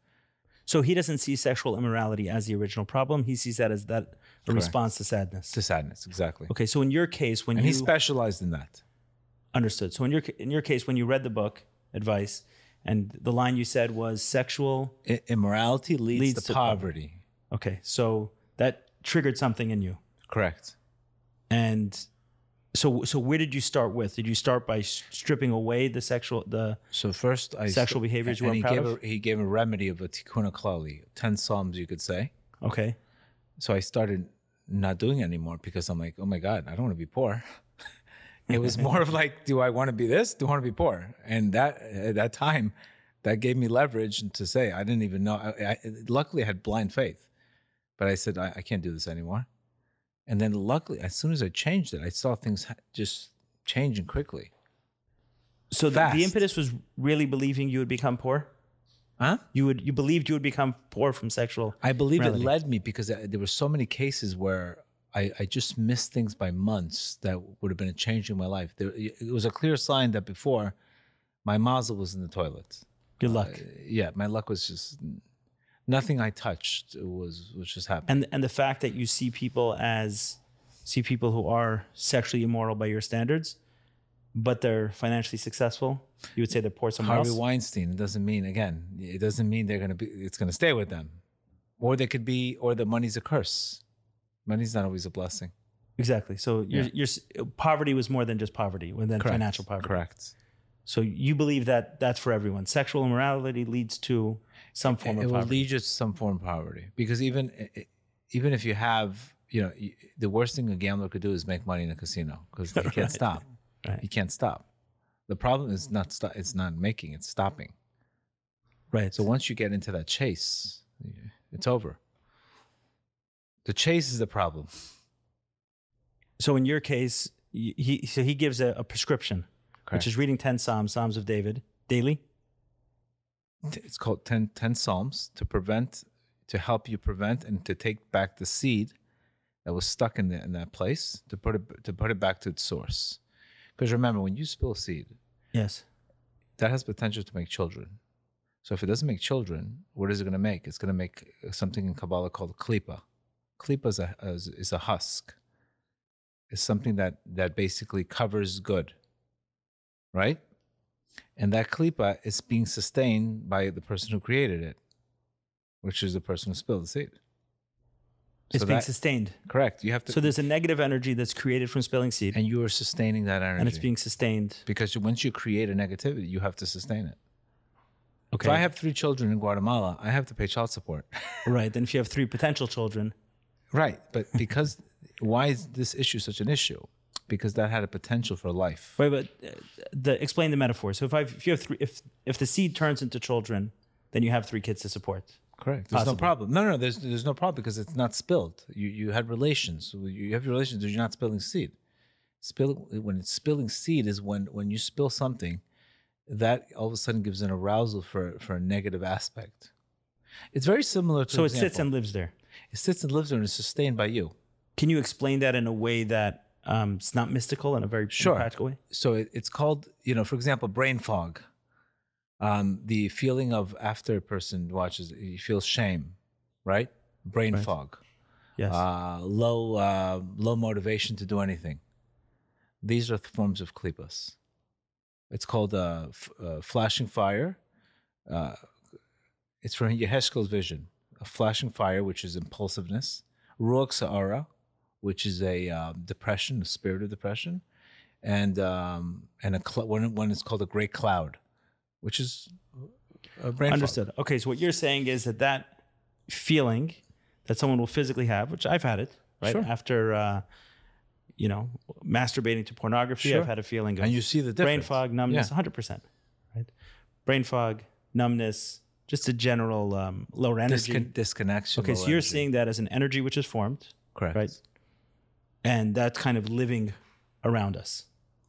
Speaker 1: So he doesn't see sexual immorality as the original problem. He sees that as that a response to sadness.
Speaker 2: to sadness. Exactly.
Speaker 1: Okay, so in your case, when
Speaker 2: And
Speaker 1: you
Speaker 2: he specialized in that.
Speaker 1: understood, so in your in your case, when you read the book advice, and the line you said was sexual.
Speaker 2: I- immorality leads,
Speaker 1: Leads
Speaker 2: to
Speaker 1: to
Speaker 2: poverty.
Speaker 1: Okay, so that triggered something in you,
Speaker 2: Correct.
Speaker 1: and so so where did you start with? Did you start by s- stripping away the sexual the
Speaker 2: So first, I
Speaker 1: Sexual behaviors you
Speaker 2: and
Speaker 1: weren't
Speaker 2: he
Speaker 1: proud
Speaker 2: gave
Speaker 1: of?
Speaker 2: A, he gave a remedy of a tikkun klali, ten psalms, you could say.
Speaker 1: okay
Speaker 2: So I started not doing it anymore because I'm like, oh my god, I don't want to be poor. it was more of like, do I want to be this? Do I want to be poor? And that at that time, that gave me leverage to say I didn't even know. I, I, luckily, I had blind faith, but I said I, I can't do this anymore. And then luckily, as soon as I changed it, I saw things ha- just changing quickly.
Speaker 1: So the,
Speaker 2: Fast.
Speaker 1: the impetus was really believing you would become poor.
Speaker 2: Huh?
Speaker 1: You would you believed you would become poor from sexual.
Speaker 2: I believe
Speaker 1: morality.
Speaker 2: it led me because uh, there were so many cases where I, I just missed things by months that would have been a change in my life. There, it was a clear sign that before my nozzle was in the toilet. Uh,
Speaker 1: Good luck.
Speaker 2: Yeah, my luck was just nothing I touched was was just happening.
Speaker 1: and and the fact that you see people as see people who are sexually immoral by your standards, but they're financially successful. You would say they're poor somewhere
Speaker 2: Harvey
Speaker 1: else.
Speaker 2: Weinstein. It doesn't mean again. It doesn't mean they're gonna be. It's gonna stay with them, or they could be. Or the money's a curse. Money's not always a blessing.
Speaker 1: Exactly. So your your s poverty was more than just poverty, and then financial poverty.
Speaker 2: Correct.
Speaker 1: So you believe that that's for everyone. Sexual immorality leads to some form
Speaker 2: it
Speaker 1: of
Speaker 2: will
Speaker 1: poverty.
Speaker 2: lead you to some form of poverty because even i- i- even if you have you know y- the worst thing a gambler could do is make money in a casino because you can't stop
Speaker 1: Right.
Speaker 2: you can't stop the problem is not sto- it's not making it's stopping
Speaker 1: right.
Speaker 2: so
Speaker 1: So
Speaker 2: once you get into that chase y- it's over the chase is the problem
Speaker 1: so in your case, y- he so he gives a, a prescription,
Speaker 2: Correct.
Speaker 1: which is reading ten psalms, Psalms of David daily.
Speaker 2: T- it's called 10, 10 psalms to prevent to help you prevent and to take back the seed that was stuck in, the, in that place to put it to put it back to its source because remember when you spill seed
Speaker 1: Yes.
Speaker 2: that has potential to make children so if it doesn't make children what is it going to make it's going to make something in kabbalah called klipa klipa is a, is, is a husk it's something that that basically covers good right and that klipa is being sustained by the person who created it which is the person who spilled the seed
Speaker 1: It's
Speaker 2: So
Speaker 1: being
Speaker 2: that-
Speaker 1: sustained.
Speaker 2: correct you have to
Speaker 1: So there's a negative energy that's created from spilling seed, and,
Speaker 2: and you are sustaining that energy
Speaker 1: it's being sustained.
Speaker 2: because once you create a negativity you have to sustain it
Speaker 1: Okay.
Speaker 2: If I have three children in Guatemala, I have to pay child support.
Speaker 1: right. Then if you have three potential children,
Speaker 2: right. But because why is this issue such an issue? Because that had a potential for life.
Speaker 1: wait, but uh, the explain the metaphor. So if I if you have three if if the seed turns into children, then you have three kids to support.
Speaker 2: Correct. There's
Speaker 1: Possible.
Speaker 2: no problem. No, no, there's there's no problem because it's not spilled. You you had relations. You have your relations. You're not spilling seed. Spill when it's spilling seed is when when you spill something, that all of a sudden gives an arousal for for a negative aspect. It's very similar to
Speaker 1: So it
Speaker 2: example.
Speaker 1: sits and lives there.
Speaker 2: it sits and lives there and is sustained by you.
Speaker 1: Can you explain that in a way that um, it's not mystical in a very in a
Speaker 2: Sure.
Speaker 1: practical way?
Speaker 2: so it, it's called you know for example brain fog um the feeling of after a person watches you feel shame right brain
Speaker 1: Right.
Speaker 2: fog
Speaker 1: Yes.
Speaker 2: uh low uh low motivation to do anything these are th- forms of klipas it's called uh, f- uh flashing fire uh it's from Yeheskel's vision a flashing fire which is impulsiveness ruach sa'ara which is a uh, depression a spirit of depression and um and a cl- one one is called a great cloud which is a brain fog.
Speaker 1: Understood. Okay. So what you're saying is that that feeling that someone will physically have, which I've had it, right?
Speaker 2: Sure.
Speaker 1: After, uh, you know, masturbating to pornography,
Speaker 2: Sure.
Speaker 1: I've had a feeling of
Speaker 2: and you see the difference
Speaker 1: brain fog, numbness,
Speaker 2: Yeah.
Speaker 1: 100%. Right? Brain fog, numbness, just a general um, lower energy.
Speaker 2: Discon- disconnection
Speaker 1: okay.
Speaker 2: low
Speaker 1: So you're
Speaker 2: energy.
Speaker 1: seeing that as an energy which is formed,
Speaker 2: correct
Speaker 1: right? And that's kind of living around us.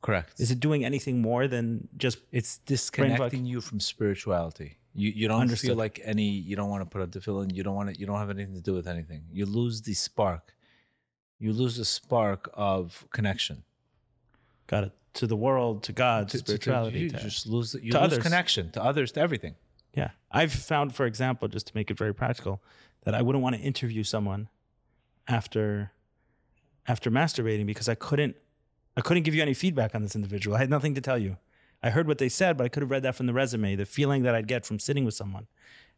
Speaker 2: correct
Speaker 1: Is it doing anything more than just
Speaker 2: It's
Speaker 1: fog.
Speaker 2: disconnecting you from spirituality. You you don't
Speaker 1: Understood.
Speaker 2: feel like any. You don't want to put up the fill in. You don't want to. You don't have anything to do with anything. You lose the spark. You lose the spark of connection
Speaker 1: got it to the world, to God, to,
Speaker 2: To- to- to-
Speaker 1: spirituality?
Speaker 2: You
Speaker 1: to-
Speaker 2: just lose. You
Speaker 1: to
Speaker 2: lose
Speaker 1: others.
Speaker 2: connection to others to everything.
Speaker 1: Yeah. I've found, for example, just to make it very practical, that I wouldn't want to interview someone after after masturbating because I couldn't I couldn't give you any feedback on this individual. I had nothing to tell you. I heard what they said, but I could have read that from the resume, the feeling that I'd get from sitting with someone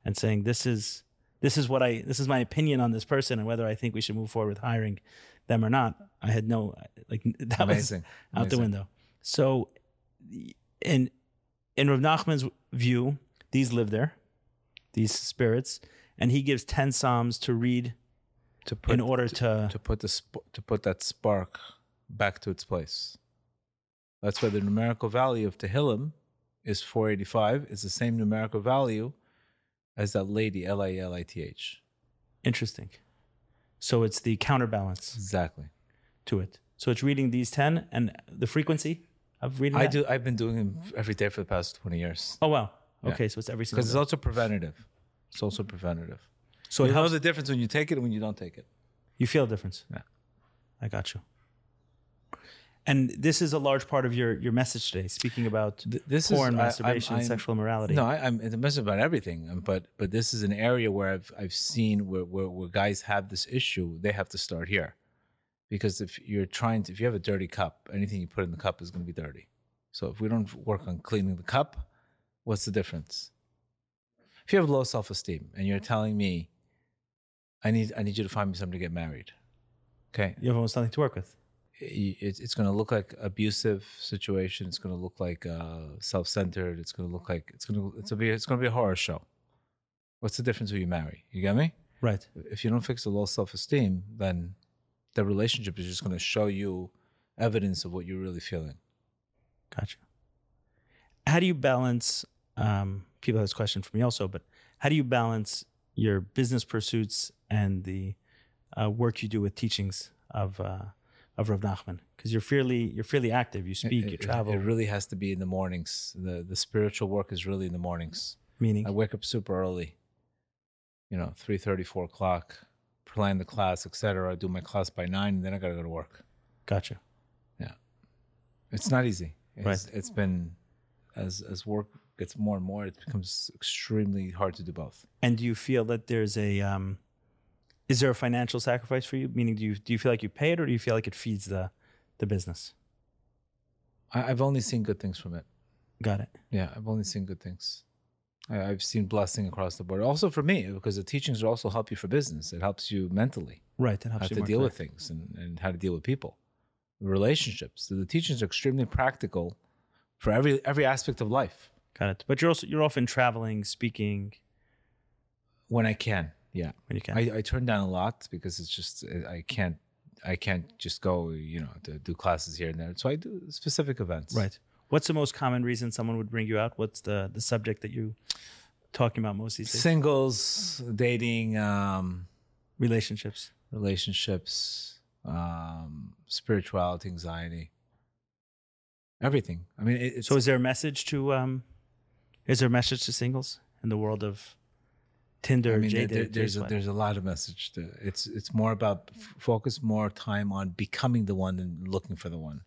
Speaker 1: and saying, This is this is what I this is my opinion on this person and whether I think we should move forward with hiring them or not. I had no like that was
Speaker 2: Amazing.
Speaker 1: out the
Speaker 2: Amazing.
Speaker 1: window. So, in in Rav Nachman's view, these live there, these spirits, and he gives ten psalms to read
Speaker 2: To put
Speaker 1: in order to.
Speaker 2: to put the sp- to put that spark back to its place. That's why the numerical value of Tehillim is 485. It's the same numerical value as that lady L A L I T H.
Speaker 1: interesting. So it's the counterbalance
Speaker 2: Exactly.
Speaker 1: to it. So it's reading these ten and the frequency. I've reading.
Speaker 2: I
Speaker 1: that?
Speaker 2: do. I've been doing them every day for the past twenty years
Speaker 1: Oh wow. Okay, so it's every single.
Speaker 2: because it's
Speaker 1: Day.
Speaker 2: also preventative. It's also preventative.
Speaker 1: So it
Speaker 2: you know
Speaker 1: helps.
Speaker 2: the difference when you take it and when you don't take it.
Speaker 1: You feel a difference.
Speaker 2: Yeah.
Speaker 1: I got you. And this is a large part of your your message today, speaking about
Speaker 2: Th- this is-
Speaker 1: porn,
Speaker 2: I- I'm-
Speaker 1: masturbation,
Speaker 2: I'm-
Speaker 1: sexual immorality.
Speaker 2: No, I, I'm it's a mess about everything, um, but but this is an area where I've I've seen where, where where guys have this issue. They have to start here, because if you're trying to, if you have a dirty cup, anything you put in the cup is going to be dirty. So if we don't work on cleaning the cup, what's the difference? If you have low self esteem and you're telling me, I need I need you to find me somebody to get married, okay?
Speaker 1: You have almost nothing to work with.
Speaker 2: i- it's, it's going to look like abusive situation. It's going to look like uh, self centered. It's going to look like it's going to it's gonna be it's going to be a horror show. What's the difference who you marry? You get me?
Speaker 1: Right.
Speaker 2: If you don't fix the low self esteem, then the relationship is just going to show you evidence of what you're really feeling.
Speaker 1: Gotcha. How do you balance? Um, people have this question for me also, but how do you balance your business pursuits and the uh, work you do with teachings of uh, of Rav Nachman? Because you're fairly you're fairly active. You speak.
Speaker 2: It-
Speaker 1: you
Speaker 2: it-
Speaker 1: travel.
Speaker 2: It, really has to be in the mornings. The the spiritual work is really in the mornings.
Speaker 1: meaning.
Speaker 2: I wake up super early. You know, 3:30, 4 o'clock. Plan the class, etc. I do my class by nine, and then I got to go to work.
Speaker 1: gotcha.
Speaker 2: It's not easy. It's,
Speaker 1: Right.
Speaker 2: It's been as as work gets more and more, it becomes extremely hard to do both.
Speaker 1: And do you feel that there's a um, is there a financial sacrifice for you? Meaning, do you do you feel like you pay it, or do you feel like it feeds the the business?
Speaker 2: I, I've only seen good things from it.
Speaker 1: Got it.
Speaker 2: Yeah, I've only seen good things. I, I've seen blessing across the board. Also for me, because the teachings will also help you for business. It helps you mentally
Speaker 1: Right. That helps
Speaker 2: how
Speaker 1: you
Speaker 2: to
Speaker 1: more
Speaker 2: deal
Speaker 1: clear.
Speaker 2: with things and, and how to deal with people, relationships. So the teachings are extremely practical for every every aspect of life.
Speaker 1: Got it. But you're also you're often traveling, speaking
Speaker 2: When I can, yeah.
Speaker 1: when you can.
Speaker 2: I, I turn down a lot because it's just I- I can't I can't just go you know to do classes here and there. So I do specific events.
Speaker 1: right. What's the most common reason someone would bring you out? What's the the subject that you talking about most these days?
Speaker 2: Singles, dating, um,
Speaker 1: Relationships.
Speaker 2: relationships, um, spirituality, anxiety, everything. I mean, it, it's
Speaker 1: So is there a message to um, is there a message to singles in the world of Tinder,
Speaker 2: I mean, there-
Speaker 1: J
Speaker 2: there-
Speaker 1: Date,
Speaker 2: there's a, there's a lot of message. To, it's it's more about f- focus more time on becoming the one than looking for the one.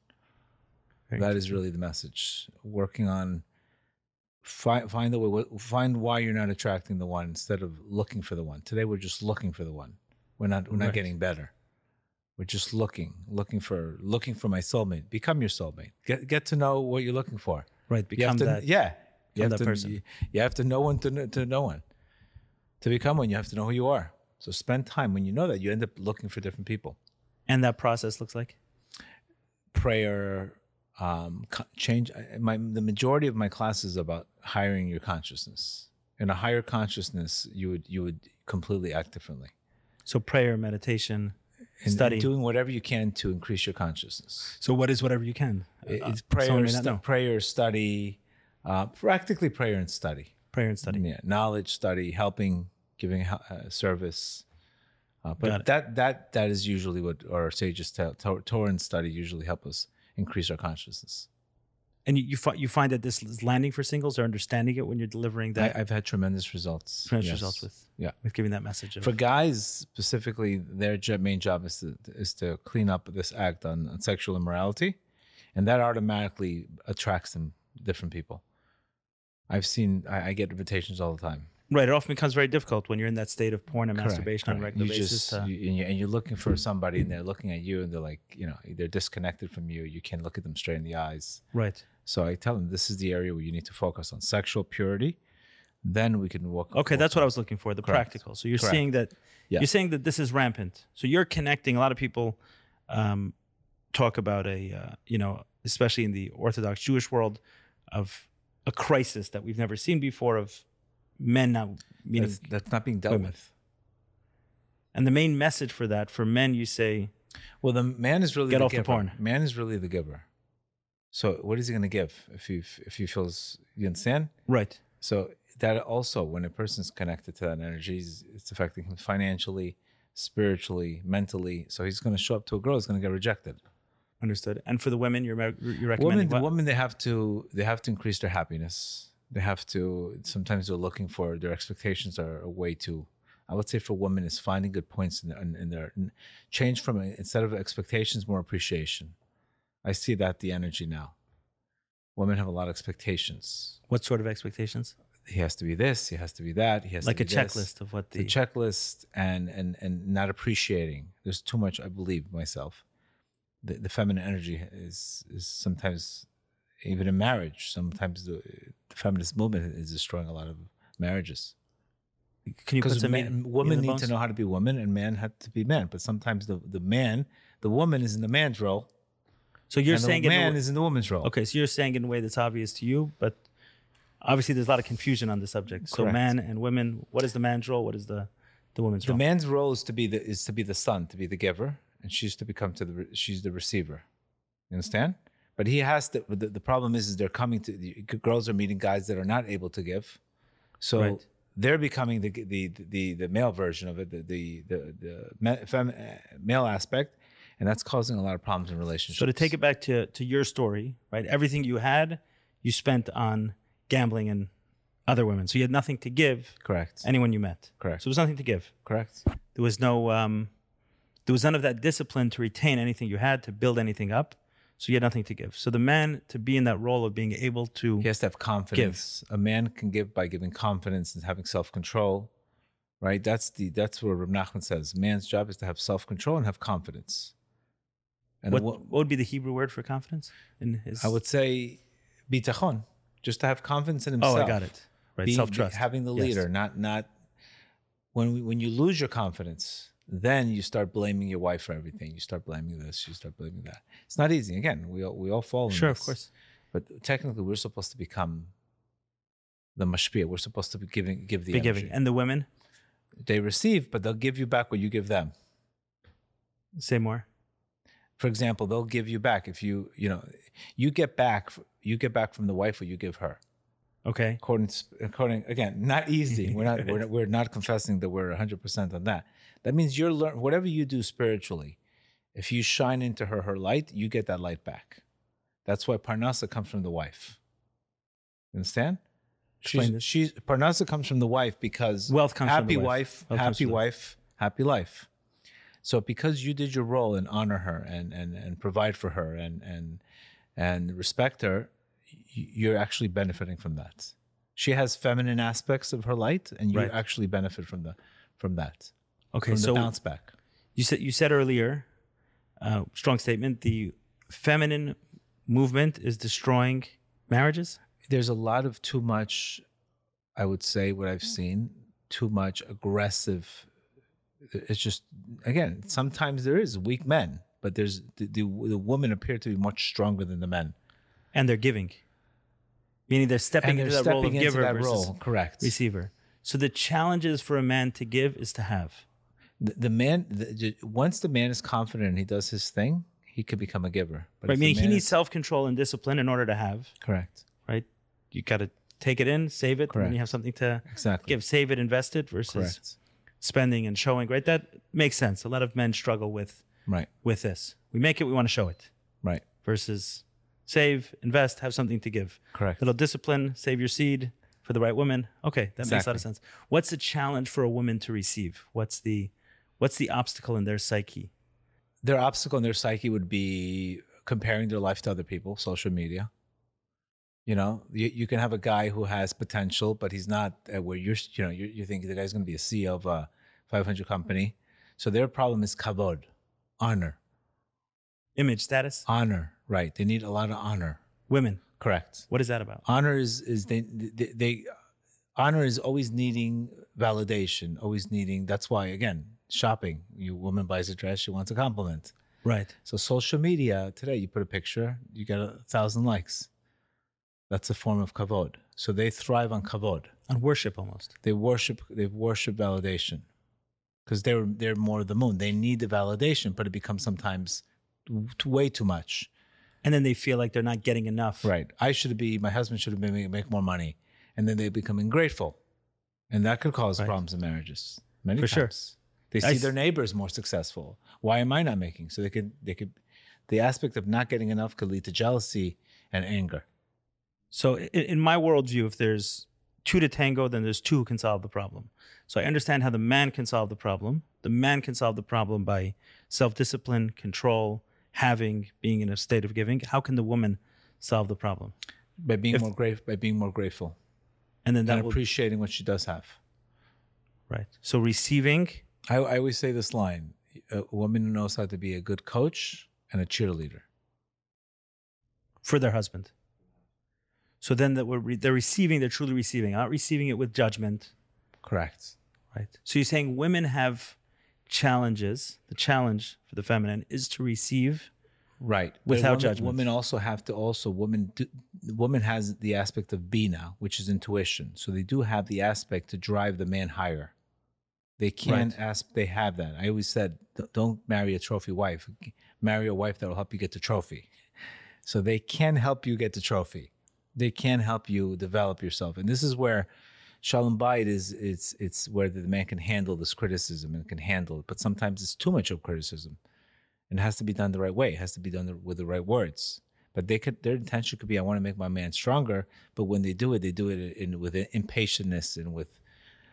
Speaker 1: Very
Speaker 2: that is really the message. Working on find find the way find why you're not attracting the one instead of looking for the one. Today we're just looking for the one. We're not we're not
Speaker 1: Right.
Speaker 2: getting better. We're just looking, looking for looking for my soulmate. Become your soulmate. Get get to know what you're looking for.
Speaker 1: right.
Speaker 2: you
Speaker 1: Become
Speaker 2: have to,
Speaker 1: that.
Speaker 2: yeah. You
Speaker 1: become
Speaker 2: have
Speaker 1: that
Speaker 2: to,
Speaker 1: person.
Speaker 2: You, you have to know one to know, to know one. To become one, you have to know who you are. So spend time. When you know that, you end up looking for different people.
Speaker 1: And that process looks like.
Speaker 2: prayer um co- change I- my the majority of my classes is about hiring your consciousness in a higher consciousness you would you would completely act differently
Speaker 1: So prayer, meditation,
Speaker 2: and,
Speaker 1: Study.
Speaker 2: and doing whatever you can to increase your consciousness
Speaker 1: So what is whatever you can?
Speaker 2: It-
Speaker 1: Uh,
Speaker 2: it's
Speaker 1: someone
Speaker 2: prayer
Speaker 1: may not
Speaker 2: stu-
Speaker 1: know.
Speaker 2: prayer study uh practically prayer and study
Speaker 1: prayer and study.
Speaker 2: yeah knowledge study helping giving hel- uh, service uh,
Speaker 1: Got
Speaker 2: but
Speaker 1: it.
Speaker 2: that that that is usually what our sages tell Tor- torah and study usually help us increase our consciousness
Speaker 1: And you you, fi- you find that this is landing for singles or understanding it when you're delivering that
Speaker 2: I, I've had tremendous results.
Speaker 1: tremendous
Speaker 2: yes.
Speaker 1: results with
Speaker 2: yeah.
Speaker 1: with giving that message. Of,
Speaker 2: For guys specifically, their jo- main job is to is to clean up this act on, on sexual immorality, and that automatically attracts them different people. I've seen I, I get invitations all the time.
Speaker 1: right, it often becomes very difficult when you're in that state of porn and masturbation on a
Speaker 2: correct.
Speaker 1: regular
Speaker 2: you
Speaker 1: basis.
Speaker 2: Just,
Speaker 1: to-
Speaker 2: you- and, you, and you're looking for somebody, and they're looking at you, and they're like, you know, they're disconnected from you. You can't look at them straight in the eyes.
Speaker 1: right.
Speaker 2: So I tell them this is the area where you need to focus on sexual purity. Then we can walk.
Speaker 1: Okay, that's what I was looking for. The
Speaker 2: Correct.
Speaker 1: practical. So you're
Speaker 2: Correct.
Speaker 1: seeing that
Speaker 2: Yeah.
Speaker 1: you're saying that this is rampant. So you're connecting. A lot of people um, talk about a uh, you know, especially in the Orthodox Jewish world, of a crisis that we've never seen before of men not meaning
Speaker 2: that's, that's not being dealt
Speaker 1: Women.
Speaker 2: with.
Speaker 1: And the main message for that, for men, you say,
Speaker 2: Well, the man is really
Speaker 1: Get
Speaker 2: the
Speaker 1: off the
Speaker 2: giver.
Speaker 1: porn.
Speaker 2: Man is really the giver. So what is he going to give if he if he feels you understand?
Speaker 1: right,
Speaker 2: So that also, when a person's connected to that energy, is- it's affecting him financially, spiritually, mentally. So he's going to show up to a girl who's going to get rejected.
Speaker 1: Understood. And for the women, you're re- you're recommending
Speaker 2: Women,
Speaker 1: what?
Speaker 2: women, they have to they have to increase their happiness. They have to. Sometimes they're looking for their expectations are way too. I would say for women is finding good points in, in, in their change from instead of expectations more appreciation. I see that the energy now. Women have a lot of expectations.
Speaker 1: what sort of expectations?
Speaker 2: He has to be this. He has to be that. He has
Speaker 1: Like
Speaker 2: to
Speaker 1: a
Speaker 2: be this.
Speaker 1: checklist of what the,
Speaker 2: the checklist and and and not appreciating there's too much i believe myself the, the feminine energy is is sometimes even in marriage sometimes the, the feminist movement is destroying a lot of marriages
Speaker 1: can you put
Speaker 2: because
Speaker 1: some meat-
Speaker 2: men-
Speaker 1: meat in
Speaker 2: women
Speaker 1: the
Speaker 2: need to
Speaker 1: bones?
Speaker 2: know how to be women and men have to be men but sometimes the the man the woman is in the man's role
Speaker 1: So you're
Speaker 2: and
Speaker 1: saying
Speaker 2: the
Speaker 1: in a
Speaker 2: man
Speaker 1: w-
Speaker 2: is in the woman's role
Speaker 1: okay. So you're saying in a way that's obvious to you, but obviously there's a lot of confusion on the subject. So
Speaker 2: Correct.
Speaker 1: man and women, what is the man's role? What is the the woman's
Speaker 2: the
Speaker 1: role?
Speaker 2: man's role is to be the is to be the son, to be the giver, and she's to become to the re- she's the receiver. You understand? But he has to. The, the problem is, is they're coming to the girls are meeting guys that are not able to give, so
Speaker 1: Right.
Speaker 2: they're becoming the, the the the male version of it, the the the, the ma- fem, eh, male aspect, and that's causing a lot of problems in relationships.
Speaker 1: so to take it back to to your story, right? Everything you had, you spent on gambling and other women. So you had nothing to give
Speaker 2: correct,
Speaker 1: anyone you met.
Speaker 2: Correct.
Speaker 1: So there was nothing to give.
Speaker 2: correct,
Speaker 1: There was no um, there was none of that discipline to retain anything you had to build anything up. So you had nothing to give. So the man to be in that role of being able to
Speaker 2: he has to have confidence. A man can give by giving confidence and having self control, right? That's the that's what Reb Nachman says. Man's job is to have self control and have confidence. And
Speaker 1: what,
Speaker 2: what,
Speaker 1: what would be the Hebrew word for confidence in his
Speaker 2: I would say, bitachon, just to have confidence in
Speaker 1: Oh,
Speaker 2: himself.
Speaker 1: I got it. Right.
Speaker 2: Being-
Speaker 1: Self trust.
Speaker 2: having the
Speaker 1: Yes.
Speaker 2: leader, not not when we, when you lose your confidence, then you start blaming your wife for everything. You start blaming this. You start blaming that. It's not easy. Again, we all, we all fall. in
Speaker 1: Sure, of
Speaker 2: this.
Speaker 1: course.
Speaker 2: But technically, we're supposed to become the mashpia. We're supposed to be giving, give the
Speaker 1: Be
Speaker 2: energy.
Speaker 1: giving. And the women,
Speaker 2: they receive, but they'll give you back what you give them.
Speaker 1: say more.
Speaker 2: For example, they'll give you back if you, you know, you get back, you get back from the wife what you give her.
Speaker 1: Okay.
Speaker 2: According, to, according again, not easy. We're not, we're,
Speaker 1: Right.
Speaker 2: we're not confessing that we're 100% on that. That means you're learning whatever you do spiritually. If you shine into her her light, you get that light back. That's why parnasa comes from the wife. You understand?
Speaker 1: Explain
Speaker 2: she's,
Speaker 1: this.
Speaker 2: she's parnasa comes from the wife because
Speaker 1: Wealth comes from the
Speaker 2: happy
Speaker 1: wife.
Speaker 2: wife,
Speaker 1: Wealth comes
Speaker 2: happy
Speaker 1: from the-
Speaker 2: wife, happy life. So because you did your role and honor her and and and provide for her and and and respect her, y- you're actually benefiting from that. She has feminine aspects of her light, and you
Speaker 1: Right.
Speaker 2: actually benefit from the from that
Speaker 1: Okay.
Speaker 2: from
Speaker 1: so
Speaker 2: the bounce back.
Speaker 1: you said you said earlier, uh, strong statement. The feminine movement is destroying marriages.
Speaker 2: There's a lot of too much. I would say what I've
Speaker 1: Mm.
Speaker 2: seen too much aggressive. It's just again sometimes there is weak men, but there's the the, the women appear to be much stronger than the men.
Speaker 1: and they're giving, meaning they're stepping
Speaker 2: and
Speaker 1: into
Speaker 2: they're
Speaker 1: that role of
Speaker 2: stepping into
Speaker 1: giver
Speaker 2: that
Speaker 1: versus
Speaker 2: role. Correct.
Speaker 1: receiver. So the challenge is for a man to give is to have.
Speaker 2: The, the man, the, the- once the man is confident and he does his thing, he could become a giver. But
Speaker 1: right?
Speaker 2: if the
Speaker 1: Meaning he
Speaker 2: man
Speaker 1: needs
Speaker 2: is-
Speaker 1: self control and discipline in order to have.
Speaker 2: Correct.
Speaker 1: Right? You got to take it in, save it, and then
Speaker 2: Correct.
Speaker 1: you have something to
Speaker 2: Exactly.
Speaker 1: give, save it, invest it versus
Speaker 2: Correct.
Speaker 1: spending and showing. Right? That makes sense. A lot of men struggle with
Speaker 2: Right.
Speaker 1: with this. We make it, we want to show it
Speaker 2: Right.
Speaker 1: versus save, invest, have something to give.
Speaker 2: Correct.
Speaker 1: Little discipline, save your seed for the right woman. Okay, that makes a lot
Speaker 2: Exactly.
Speaker 1: of sense. What's the challenge for a woman to receive? What's the what's the obstacle in their psyche?
Speaker 2: Their obstacle in their psyche would be comparing their life to other people, social media. You know, you, you can have a guy who has potential, but he's not at where you're, you know, you're, you're thinking the guy's going to be a CEO of a 500 company. So their problem is kavod, honor,
Speaker 1: Image, status,
Speaker 2: honor, right? They need a lot of honor.
Speaker 1: women.
Speaker 2: Correct.
Speaker 1: What is that about?
Speaker 2: honor is is they, they they honor is always needing validation always needing that's why again shopping you woman buys a dress she wants a compliment
Speaker 1: Right.
Speaker 2: so social media today you put a picture you get a thousand likes that's a form of kavod so they thrive on kavod
Speaker 1: On worship almost.
Speaker 2: they worship they worship validation because they're they're more the moon they need the validation but it becomes sometimes w- way too much
Speaker 1: and then they feel like they're not getting enough.
Speaker 2: Right. I should be, my husband should have been make, make more money. And then they become ungrateful. And that could cause
Speaker 1: Right.
Speaker 2: problems in marriages. Many
Speaker 1: For sure.
Speaker 2: times. They
Speaker 1: I
Speaker 2: see
Speaker 1: s-
Speaker 2: their neighbors more successful. Why am I not making? So they could they could the aspect of not getting enough could lead to jealousy and anger.
Speaker 1: So, in, in my worldview, if there's two to tango, then there's two who can solve the problem. So, I understand how the man can solve the problem. The man can solve the problem by self discipline, control, having, being in a state of giving. How can the woman solve the problem?
Speaker 2: By being
Speaker 1: If-
Speaker 2: more grateful, by being more grateful
Speaker 1: And then
Speaker 2: and
Speaker 1: that will,
Speaker 2: appreciating what she does have.
Speaker 1: right. So, receiving,
Speaker 2: I, I always say this line: a woman who knows how to be a good coach and a cheerleader.
Speaker 1: for their husband. So then that we're re- they're receiving, they're truly receiving, not receiving it with judgment,
Speaker 2: Correct.
Speaker 1: right? So you're saying women have challenges. The challenge for the feminine is to receive.
Speaker 2: Right.
Speaker 1: Without
Speaker 2: women,
Speaker 1: judgment.
Speaker 2: Women also have to also women do, woman has the aspect of bina, which is intuition. So they do have the aspect to drive the man higher. They can
Speaker 1: Right.
Speaker 2: ask. They have that. I always said, "D- don't marry a trophy wife. Marry a wife that will help you get the trophy. So they can help you get the trophy. They can help you develop yourself. And this is where Shalom Bayit is. It's it's where the man can handle this criticism and can handle it. But sometimes it's too much of criticism and it has to be done the right way. It has to be done the, with the right words. But they could, their intention could be, I want to make my man stronger. But when they do it, they do it in with an impatientness and with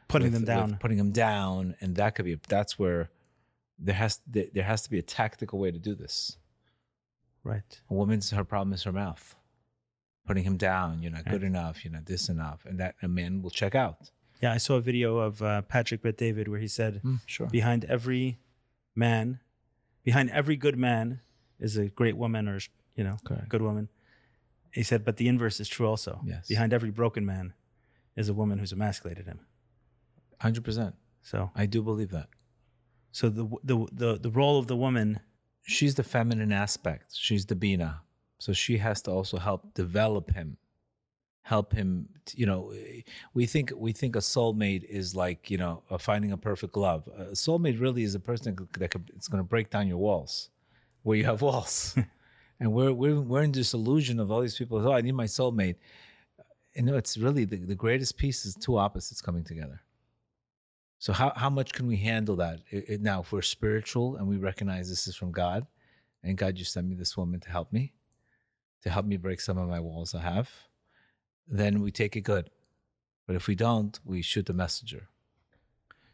Speaker 1: Putting them
Speaker 2: with-
Speaker 1: down.
Speaker 2: with putting them down, and that could be that's where there has there, there has to be a tactical way to do this.
Speaker 1: right.
Speaker 2: A woman's her problem is her mouth, putting him down. You're not good enough. You're not this enough, and that a man will check out.
Speaker 1: Yeah, I saw a video of uh, Patrick Bet David where he said,
Speaker 2: sure.
Speaker 1: behind every man, behind every good man is a great woman or, you know,
Speaker 2: Correct.
Speaker 1: good woman. He said, but the inverse is true also.
Speaker 2: Yes.
Speaker 1: Behind every broken man is a woman who's emasculated him.
Speaker 2: Hundred percent.
Speaker 1: So
Speaker 2: I do believe that.
Speaker 1: So the the the, the role of the woman,
Speaker 2: she's the feminine aspect. She's the Bina. So she has to also help develop him, help him. t- you know, eh, we think we think a soulmate is like you know uh, finding a perfect love. A soulmate really is a person that could- that could, it's going to break down your walls, where you have walls, and we're we're we're in this illusion of all these people. Oh, I need my soulmate. And no, it's really the, the greatest piece is two opposites coming together. So how, how much can we handle that I- I- now? If we're spiritual and we recognize this is from God, and God, you sent me this woman to help me, to help me break some of my walls I have, then we take it good. But if we don't, we shoot the messenger.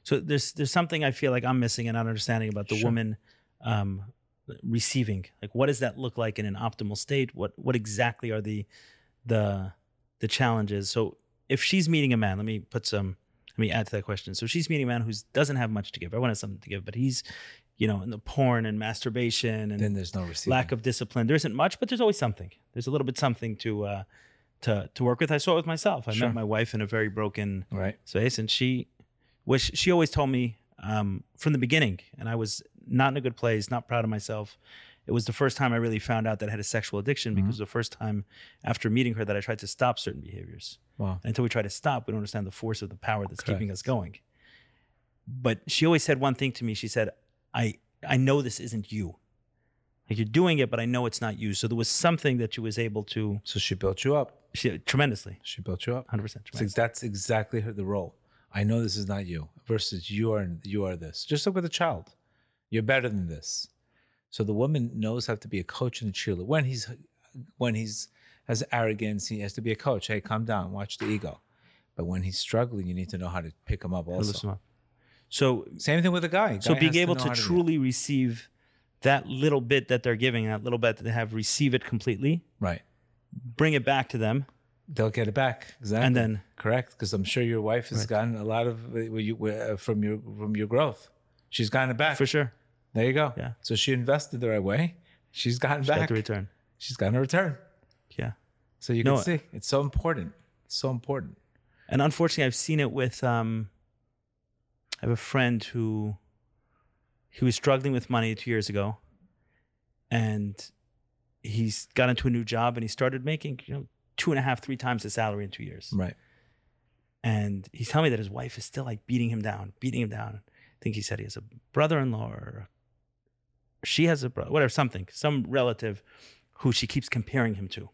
Speaker 1: so there's there's something I feel like I'm missing and not understanding about the
Speaker 2: Sure.
Speaker 1: woman um, receiving. Like, what does that look like in an optimal state? What what exactly are the the the challenges? So if she's meeting a man, let me put some. Let me add to that question. So she's meeting a man who doesn't have much to give. Everyone has something to give, but he's, you know, in the porn and masturbation and
Speaker 2: Then there's no receiving.
Speaker 1: lack of discipline. There isn't much, but there's always something. There's a little bit something to uh, to to work with. I saw it with myself. I
Speaker 2: Sure.
Speaker 1: met my wife in a very broken
Speaker 2: right.
Speaker 1: space and she was she always told me um, from the beginning and i was not in a good place not proud of myself it was the first time i really found out that i had a sexual addiction because the first time after meeting her that i tried to stop certain behaviors
Speaker 2: Wow.
Speaker 1: until we try to stop we don't understand the force of the power that's keeping
Speaker 2: Correct.
Speaker 1: us going but she always said one thing to me she said i i know this isn't you like you're doing it but i know it's not you so there was something that she was able to
Speaker 2: So she built you up.
Speaker 1: she, tremendously
Speaker 2: She built you
Speaker 1: 100%
Speaker 2: up.
Speaker 1: tremendously.
Speaker 2: So that's exactly her, the role. I know this is not you versus you are you are this. Just like with a child, you're better than this. So the woman knows how to be a coach and a cheerleader. When he's when he's has arrogance, he has to be a coach. Hey, calm down, watch the ego. But when he's struggling, you need to know how to pick him up.
Speaker 1: Listen
Speaker 2: Also,
Speaker 1: up. so
Speaker 2: same thing with a guy.
Speaker 1: So
Speaker 2: Guy
Speaker 1: being
Speaker 2: has
Speaker 1: able
Speaker 2: know
Speaker 1: to
Speaker 2: how be-
Speaker 1: truly receive that little bit that they're giving, that little bit that they have, receive it completely,
Speaker 2: right,
Speaker 1: bring it back to them,
Speaker 2: they'll get it back exactly.
Speaker 1: and then
Speaker 2: Correct, because I'm sure your wife has
Speaker 1: Right.
Speaker 2: gotten a lot of uh, you- uh, from your from your growth. She's gotten it back
Speaker 1: for sure,
Speaker 2: There you go.
Speaker 1: Yeah.
Speaker 2: So she invested the right way. She's gotten
Speaker 1: got
Speaker 2: back.
Speaker 1: the return.
Speaker 2: She's gotten a return.
Speaker 1: Yeah,
Speaker 2: So you
Speaker 1: No,
Speaker 2: can see it's so important. It's so important.
Speaker 1: and unfortunately, I've seen it with. Um, I have a friend who, he was struggling with money two years ago, and he's got into a new job and he started making you know two and a half, three times his salary in two years.
Speaker 2: Right.
Speaker 1: and he's telling me that his wife is still like beating him down, beating him down. I think he said he has a brother-in-law or she has a brother, whatever, something, some relative who she keeps comparing him to.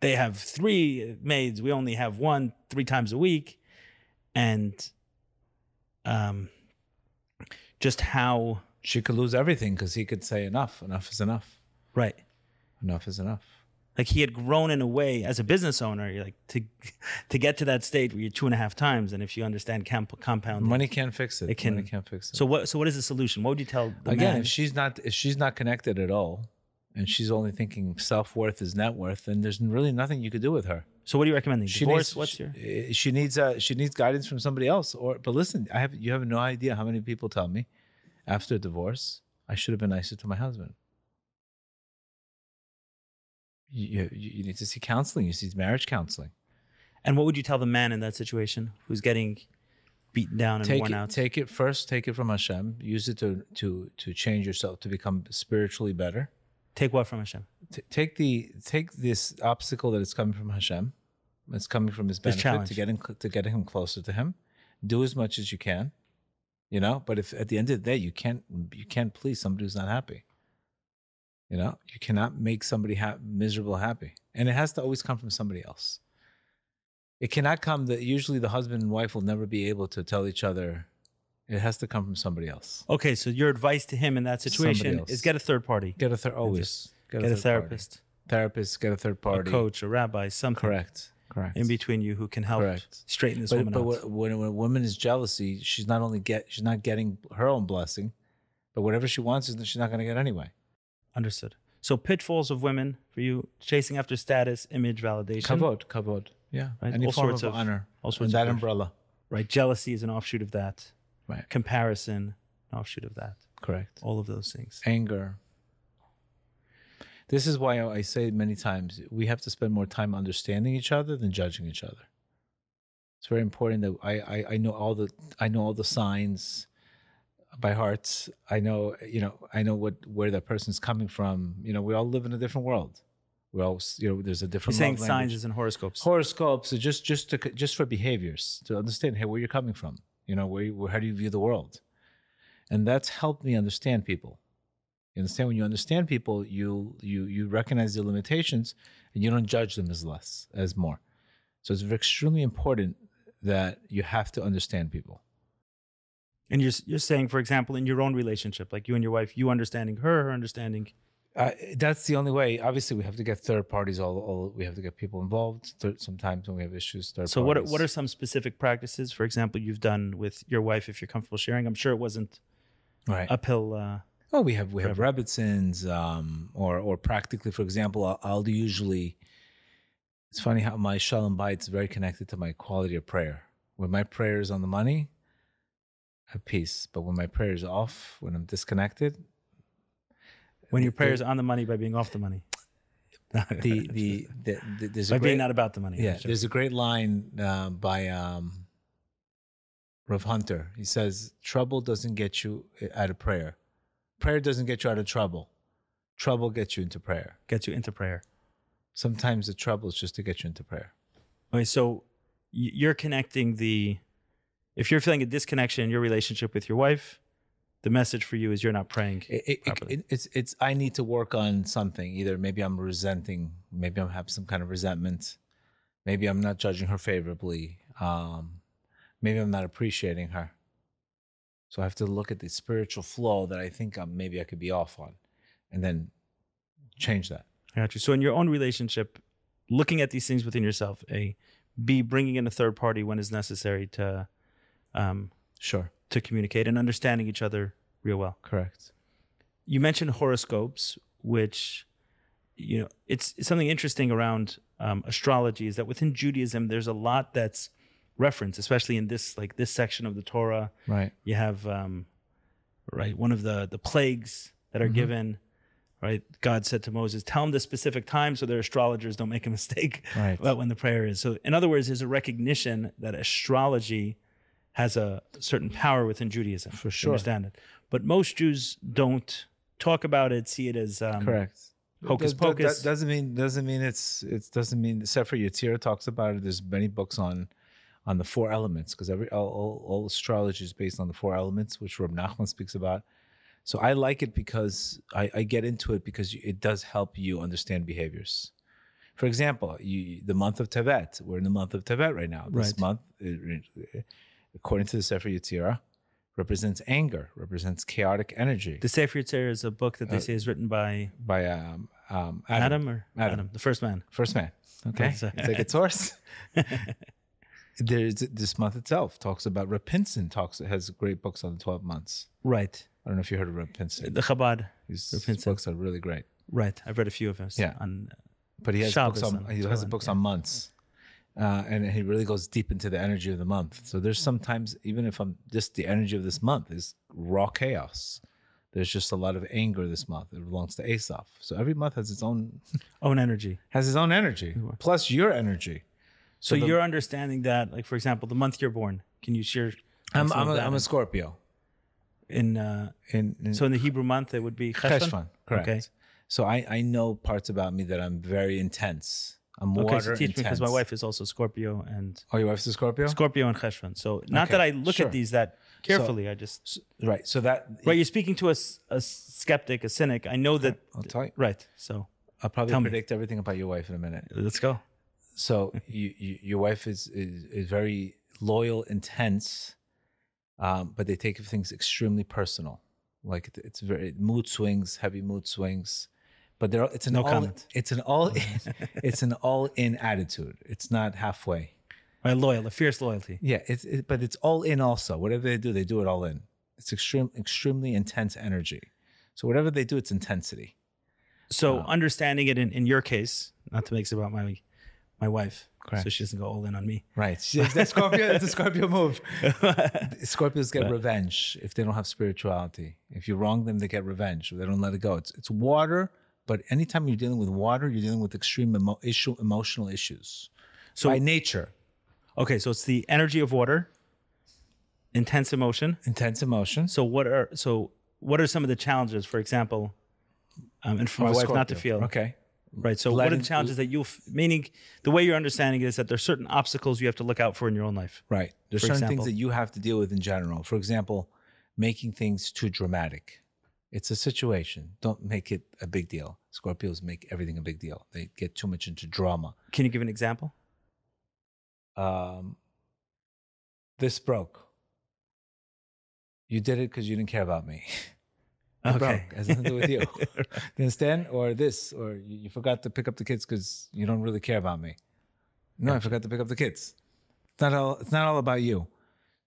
Speaker 1: They have three maids. We only have one three times a week, and um, just how
Speaker 2: She could lose everything because he could say enough. Enough is enough.
Speaker 1: Right.
Speaker 2: Enough is enough.
Speaker 1: Like he had grown in a way as a business owner, you're like to to get to that stage where you're two and a half times, and if you understand comp- compounding.
Speaker 2: Money can't fix it.
Speaker 1: It can-
Speaker 2: Money can't fix it.
Speaker 1: So what? So what is the solution? What would you tell the
Speaker 2: again,
Speaker 1: man?
Speaker 2: if she's not if she's not connected at all, and she's only thinking self worth is net worth, then there's really nothing you could do with her.
Speaker 1: so what are you recommending?
Speaker 2: She
Speaker 1: Divorce?
Speaker 2: needs,
Speaker 1: What's
Speaker 2: she,
Speaker 1: your?
Speaker 2: eh, she needs uh, she needs guidance from somebody else. Or but listen, I have you have no idea how many people tell me after a divorce I should have been nicer to my husband. You, you, you need to see counseling. You see marriage counseling.
Speaker 1: And what would you tell the man in that situation who's getting beaten down and
Speaker 2: take
Speaker 1: worn
Speaker 2: it,
Speaker 1: out?
Speaker 2: take it first. Take it from Hashem. Use it to to to change yourself to become spiritually better.
Speaker 1: Take what from Hashem?
Speaker 2: t- take the take this obstacle that is coming from Hashem, it's coming from his benefit
Speaker 1: challenge.
Speaker 2: to getting to get him closer to him. Do as much as you can, you know. But if at the end of the day you can't you can't please somebody who's not happy, you know, you cannot make somebody ha- miserable happy, and it has to always come from somebody else. It cannot come that usually the husband and wife will never be able to tell each other. It has to come from somebody else.
Speaker 1: Okay, so your advice to him in that
Speaker 2: Somebody
Speaker 1: situation
Speaker 2: else.
Speaker 1: is get a third party,
Speaker 2: Get a ther- always
Speaker 1: get a
Speaker 2: third party.
Speaker 1: therapist,
Speaker 2: Therapist. Get a third party.
Speaker 1: a coach, a rabbi, something
Speaker 2: Correct. Correct.
Speaker 1: in between you who can help
Speaker 2: Correct.
Speaker 1: straighten this
Speaker 2: but
Speaker 1: woman
Speaker 2: but
Speaker 1: out.
Speaker 2: when, when when a woman is jealousy, she's not only get she's not getting her own blessing, but whatever she wants is she's not going to get anyway.
Speaker 1: Understood. So pitfalls of women for you chasing after status, image, validation.
Speaker 2: Kavod, kavod, yeah,
Speaker 1: Right,
Speaker 2: any
Speaker 1: all
Speaker 2: form
Speaker 1: sorts
Speaker 2: of,
Speaker 1: of-
Speaker 2: honor,
Speaker 1: all sorts
Speaker 2: and
Speaker 1: of
Speaker 2: that
Speaker 1: pressure.
Speaker 2: umbrella,
Speaker 1: Right. Jealousy is an offshoot of that.
Speaker 2: right?
Speaker 1: Comparison, an offshoot of that.
Speaker 2: Correct.
Speaker 1: All of those things.
Speaker 2: Anger. This is why I I say many times we have to spend more time understanding each other than judging each other. It's very important that I I, I know all the I know all the signs by heart. I know you know I know what where that person's coming from. You know we all live in a different world. We all s- you know there's a
Speaker 1: You're
Speaker 2: different.
Speaker 1: saying
Speaker 2: love language.
Speaker 1: signs is in horoscopes.
Speaker 2: horoscopes are just just to c- just for behaviors to understand hey where you're coming from. You know where, you- where how do you view the world, and that's helped me understand people. You understand when you understand people, you you you recognize their limitations, and you don't judge them as less as more. So it's extremely important that you have to understand people.
Speaker 1: and you're you're saying, for example, in your own relationship, like you and your wife, you understanding her, her understanding
Speaker 2: Uh, that's the only way. Obviously, we have to get third parties. All, all we have to get people involved. Thir- sometimes when we have issues, third
Speaker 1: So what
Speaker 2: parties.
Speaker 1: are, what are some specific practices, for example, you've done with your wife, if you're comfortable sharing? I'm sure it wasn't
Speaker 2: right?
Speaker 1: uphill. Uh,
Speaker 2: Oh, we have we have Robinsons, um, or or practically, for example, I'll, I'll usually. It's funny how my shalom bayit is very connected to my quality of prayer. When my prayer is on the money, I have peace. But when my prayer is off, when I'm disconnected,
Speaker 1: when your
Speaker 2: The-
Speaker 1: prayers on the money by being off the money,
Speaker 2: the the, the, the there's a
Speaker 1: by
Speaker 2: great,
Speaker 1: being not about the money.
Speaker 2: yeah.
Speaker 1: I'm sure.
Speaker 2: There's a great line uh, by um, Rav Hunter. He says, "Trouble doesn't get you eh, out of prayer. Prayer doesn't get you out of trouble. Trouble gets you into prayer."
Speaker 1: gets you into prayer.
Speaker 2: sometimes the trouble is just to get you into prayer.
Speaker 1: Okay, so y- you're connecting the. If you're feeling a disconnection in your relationship with your wife, the message for you is you're not praying.
Speaker 2: It, it- it,
Speaker 1: Properly.
Speaker 2: it, it's it's I need to work on something. Either maybe I'm resenting, maybe I'm have some kind of resentment, maybe I'm not judging her favorably, um, maybe I'm not appreciating her. So I have to look at the spiritual flow that I think i maybe I could be off on, and then change that.
Speaker 1: I got you. So in your own relationship, looking at these things within yourself, a b bringing in a third party when is necessary to um,
Speaker 2: Sure,
Speaker 1: to communicate and understanding each other real well.
Speaker 2: correct.
Speaker 1: you mentioned horoscopes, which you know it's, it's something interesting around um, astrology is that within Judaism there's a lot that's referenced, especially in this like this section of the Torah.
Speaker 2: Right.
Speaker 1: You have um, right one of the the plagues that are
Speaker 2: Mhm.
Speaker 1: given. Right, God said to Moses, "Tell him the specific time, so their astrologers don't make a mistake
Speaker 2: Right.
Speaker 1: about when the prayer is." So, in other words, there's a recognition that astrology has a certain power within Judaism.
Speaker 2: For
Speaker 1: You
Speaker 2: sure.
Speaker 1: understand it. But most Jews don't talk about it, see it as um,
Speaker 2: Correct.
Speaker 1: Hocus
Speaker 2: Does- does-
Speaker 1: pocus.
Speaker 2: that doesn't mean doesn't mean it's it doesn't mean except for Yatira talks about it. There's many books on on the four elements because every all, all, all astrology is based on the four elements, which Rab Nachman speaks about. So I like it because I, I get into it because it does help you understand behaviors. For example, you, the month of Tevet. We're in the month of Tevet right now. This
Speaker 1: Right.
Speaker 2: month, it- it- according to the Sefer Yetzirah, represents anger, represents chaotic energy
Speaker 1: The Sefer Yetzirah is a book that they
Speaker 2: Uh,
Speaker 1: say is written by
Speaker 2: by um, um, Adam,
Speaker 1: Adam, or
Speaker 2: Adam.
Speaker 1: the first man.
Speaker 2: first man. Okay,
Speaker 1: That's
Speaker 2: it's
Speaker 1: a-
Speaker 2: like its source. There's this month itself talks about Rapinson talks has great books on the twelve months.
Speaker 1: Right.
Speaker 2: I don't know if you heard of Rapinson.
Speaker 1: The Chabad.
Speaker 2: His
Speaker 1: Rapinson.
Speaker 2: books are really great,
Speaker 1: Right. I've read a few of his.
Speaker 2: Yeah.
Speaker 1: On,
Speaker 2: but he has
Speaker 1: Shabbos
Speaker 2: books
Speaker 1: on
Speaker 2: on he has
Speaker 1: 12,
Speaker 2: books
Speaker 1: yeah.
Speaker 2: on months, uh, and he really goes deep into the energy of the month. So there's sometimes even if I'm just the energy of this month is raw chaos. There's just a lot of anger this month. It belongs to Asaph. So every month has its own
Speaker 1: own energy.
Speaker 2: has its own energy plus your energy.
Speaker 1: So,
Speaker 2: So the-
Speaker 1: you're understanding that, like for example, the month you're born. Can you share?
Speaker 2: I'm
Speaker 1: some
Speaker 2: I'm
Speaker 1: of
Speaker 2: a,
Speaker 1: that
Speaker 2: I'm a Scorpio.
Speaker 1: in uh,
Speaker 2: In, in
Speaker 1: so in the Hebrew month it would be Cheshvan.
Speaker 2: Cheshvan, correct.
Speaker 1: Okay.
Speaker 2: So I I know parts about me that I'm very intense. I'm
Speaker 1: Okay,
Speaker 2: water
Speaker 1: so teach me
Speaker 2: intense.
Speaker 1: because my wife is also Scorpio and
Speaker 2: Oh, your wife's a Scorpio.
Speaker 1: Scorpio and Cheshvan. So not
Speaker 2: Okay,
Speaker 1: that I look
Speaker 2: sure.
Speaker 1: at these that carefully. I just
Speaker 2: right. So that
Speaker 1: right. You're speaking to a, s- a skeptic, a cynic. I know that.
Speaker 2: I'll tell you.
Speaker 1: Right. So
Speaker 2: I'll probably
Speaker 1: Tell me.
Speaker 2: predict everything about your wife in a minute.
Speaker 1: let's go.
Speaker 2: So you, you your wife is is, is very loyal, intense, um, but they take things extremely personal. Like it- it's very mood swings, heavy mood swings. But they're it's an
Speaker 1: No
Speaker 2: all
Speaker 1: comment.
Speaker 2: it's an all it's an all in attitude. It's not halfway.
Speaker 1: My loyal, a fierce loyalty.
Speaker 2: Yeah, it's it, but it's all in also. Whatever they do, they do it all in. It's extreme, extremely intense energy. So whatever they do, it's intensity.
Speaker 1: So
Speaker 2: Wow.
Speaker 1: understanding it in, in your case, not to make this about my my wife, so
Speaker 2: Correct.
Speaker 1: she doesn't go all in on me.
Speaker 2: Right. That's Scorpio. that's a Scorpio move. Scorpios get revenge if they don't have spirituality. If you wrong them, they get revenge. They don't let it go. It's it's water. But anytime you're dealing with water, you're dealing with extreme emo- issue, emotional issues.
Speaker 1: So-
Speaker 2: So by nature,
Speaker 1: Okay, so it's the energy of water, intense emotion.
Speaker 2: intense emotions.
Speaker 1: So what are so what are some of the challenges? For example, um, and for my wife not to
Speaker 2: Scorpio.
Speaker 1: feel
Speaker 2: Okay.
Speaker 1: right. So what are
Speaker 2: Letting-
Speaker 1: the challenges that you'll f- meaning the way you're understanding it is that there's certain obstacles you have to look out for in your own life.
Speaker 2: Right. There's
Speaker 1: For
Speaker 2: certain
Speaker 1: example?
Speaker 2: things that you have to deal with in general. For example, making things too dramatic. It's a situation. Don't make it a big deal. Scorpios make everything a big deal. They get too much into drama.
Speaker 1: Can you give an example?
Speaker 2: Um, this broke. You did it because you didn't care about me. It broke. Has nothing to do with you. you understand? Or this, or you, you forgot to pick up the kids because you don't really care about me. No, I forgot to pick up the kids. It's not all. It's not all about you.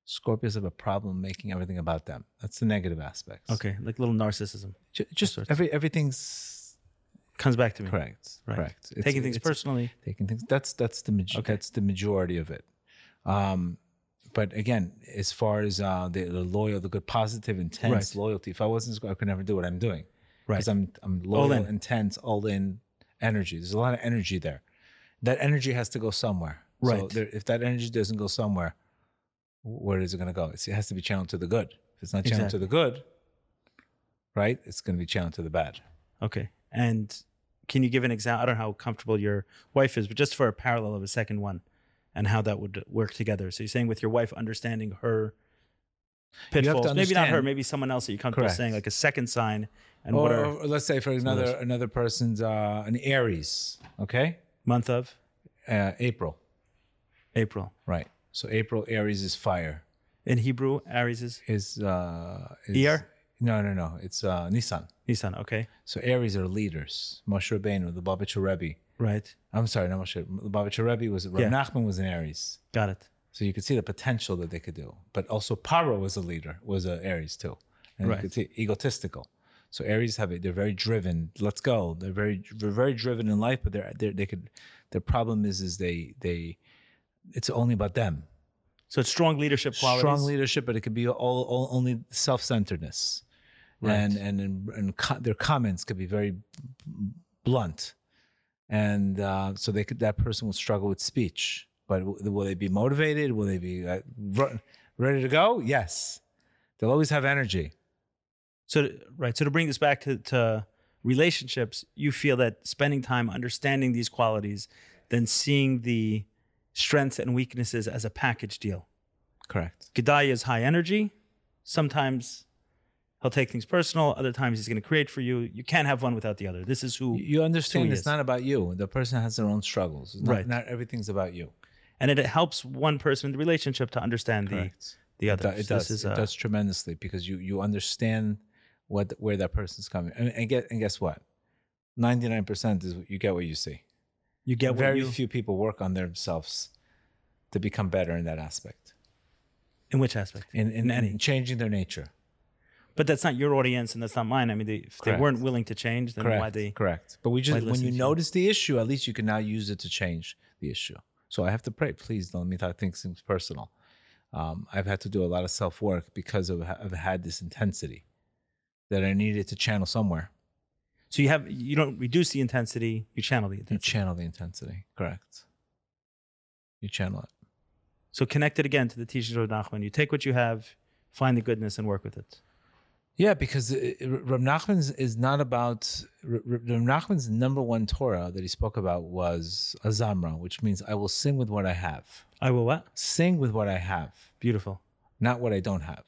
Speaker 2: Scorpios have a problem making everything about them. That's the negative aspects.
Speaker 1: Okay, like little narcissism
Speaker 2: Ju- just
Speaker 1: sorts.
Speaker 2: every everything's
Speaker 1: comes back to me.
Speaker 2: correct.
Speaker 1: Right.
Speaker 2: Correct. It's-
Speaker 1: Taking things
Speaker 2: it's-
Speaker 1: personally.
Speaker 2: taking things. That's that's the maj-
Speaker 1: Okay.
Speaker 2: that's the majority of it. Um, but again, as far as uh, the, the loyal, the good, positive, intense
Speaker 1: Right.
Speaker 2: loyalty. If I wasn't, Scorpio, I could never do what I'm doing.
Speaker 1: Right.
Speaker 2: Because I'm I'm loyal,
Speaker 1: in.
Speaker 2: intense, all in energy. There's a lot of energy there. That energy has to go somewhere. So
Speaker 1: Right.
Speaker 2: there, if that energy doesn't go somewhere, wh- where is it going to go? It's, it has to be channeled to the good. If it's not channeled to the good, right, it's going to be channeled to the bad.
Speaker 1: Okay. And can you give an example? I don't know how comfortable your wife is, but just for a parallel of a second one and how that would work together. So you're saying with your wife understanding her
Speaker 2: have to
Speaker 1: pitfalls, maybe not her,
Speaker 2: understand-
Speaker 1: maybe someone else that you're comfortable
Speaker 2: Correct.
Speaker 1: saying, like a second sign and what
Speaker 2: Or,
Speaker 1: are
Speaker 2: or let's say for another another person's uh, an Aries, okay,
Speaker 1: month of
Speaker 2: uh, April,
Speaker 1: April.
Speaker 2: right? So April Aries is fire.
Speaker 1: In Hebrew, Aries is
Speaker 2: Is uh, is,
Speaker 1: Ear?
Speaker 2: No, no, no. It's uh, Nissan.
Speaker 1: Nissan. Okay.
Speaker 2: So Aries are leaders. Moshe Rabbeinu, the Babich Rebbe.
Speaker 1: Right.
Speaker 2: I'm sorry, not Moshe. The Babich Rebbe was Reb
Speaker 1: Yeah.
Speaker 2: Nachman was an Aries,
Speaker 1: Got it.
Speaker 2: so you could see the potential that they could do. But also Paro was a leader, was an Aries too, and
Speaker 1: Right.
Speaker 2: you could see egotistical. So Aries have it. They're very driven. Let's go. They're very they're very driven in life, but they're, they're they could. Their problem is is they they. It's only about them.
Speaker 1: So it's strong leadership qualities.
Speaker 2: Strong leadership, but it could be all, all only self-centeredness, and and and, and co- their comments could be very blunt, and uh, so they could that person will struggle with speech. But w- will they be motivated? Will they be uh, re- ready to go? Yes, they'll always have energy.
Speaker 1: So to, right. So to bring this back to, to relationships, you feel that spending time understanding these qualities, then seeing the strengths and weaknesses as a package deal.
Speaker 2: Correct.
Speaker 1: Godiah is high energy. Sometimes he'll take things personal. Other times he's going to create for you. You can't have one without the other. This is who,
Speaker 2: You understand
Speaker 1: Two
Speaker 2: it's
Speaker 1: years.
Speaker 2: not about you. The person has their own struggles. It's not,
Speaker 1: Right.
Speaker 2: Not everything's about you.
Speaker 1: and it helps one person in the relationship to understand the the
Speaker 2: It, do-
Speaker 1: other.
Speaker 2: it does.
Speaker 1: This is,
Speaker 2: it
Speaker 1: uh,
Speaker 2: does tremendously because you you understand what where that person's coming. And, and get and guess what? Ninety nine percent is you get what you see.
Speaker 1: you get what
Speaker 2: Very
Speaker 1: you-
Speaker 2: few people work on themselves to become better in that aspect.
Speaker 1: in which aspect?
Speaker 2: In in,
Speaker 1: In any.
Speaker 2: in changing their nature.
Speaker 1: But that's not your audience and that's not mine. I mean, they, if they
Speaker 2: Correct.
Speaker 1: weren't willing to change, then
Speaker 2: Correct.
Speaker 1: why they?
Speaker 2: Correct. But we just when
Speaker 1: listen
Speaker 2: you
Speaker 1: to you?
Speaker 2: notice the issue, at least you can now use it to change the issue. So I have to pray. Please don't let me talk things things personal. Um, I've had to do a lot of self work because of I've had this intensity that I needed to channel somewhere.
Speaker 1: So you have you don't reduce the intensity, you channel the
Speaker 2: You
Speaker 1: intensity.
Speaker 2: channel the intensity. Correct. You channel it.
Speaker 1: So connect it again to the teachings of Rav Nachman. You take what you have, find the goodness, and work with it.
Speaker 2: Yeah, because uh, uh, Reb Nachman's is not about Reb Reb Nachman's number one Torah that he spoke about was azamra, which means I will sing with what I have.
Speaker 1: I will what?
Speaker 2: Sing with what I have.
Speaker 1: Beautiful.
Speaker 2: not what I don't have.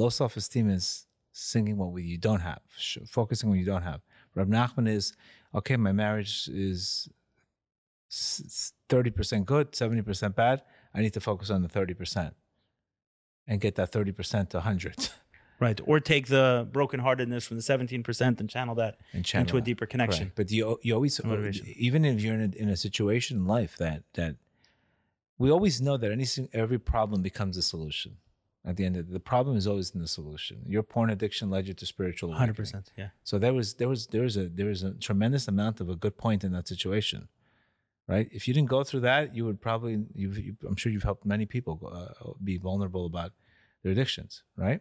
Speaker 2: Low self esteem is singing what we, you don't have, sh- focusing on what you don't have. Rab Nachman is okay, my marriage is s- s- 30% good, 70% bad. I need to focus on the 30% and get that 30% to 100
Speaker 1: Right. Or take the brokenheartedness from the 17% and channel that
Speaker 2: and channel
Speaker 1: into a
Speaker 2: that.
Speaker 1: deeper connection.
Speaker 2: Correct. But you you always uh,
Speaker 1: Motivation.
Speaker 2: even if you're in a, in a situation in life that that we always know that any sin- every problem becomes a solution. At the end of the problem is always in the solution. Your porn addiction led you to spiritual. awakening.
Speaker 1: 100%. Yeah.
Speaker 2: So there was there was there was a there was a tremendous amount of a good point in that situation, right? If you didn't go through that, you would probably you've, you I'm sure you've helped many people uh, be vulnerable about their addictions, right?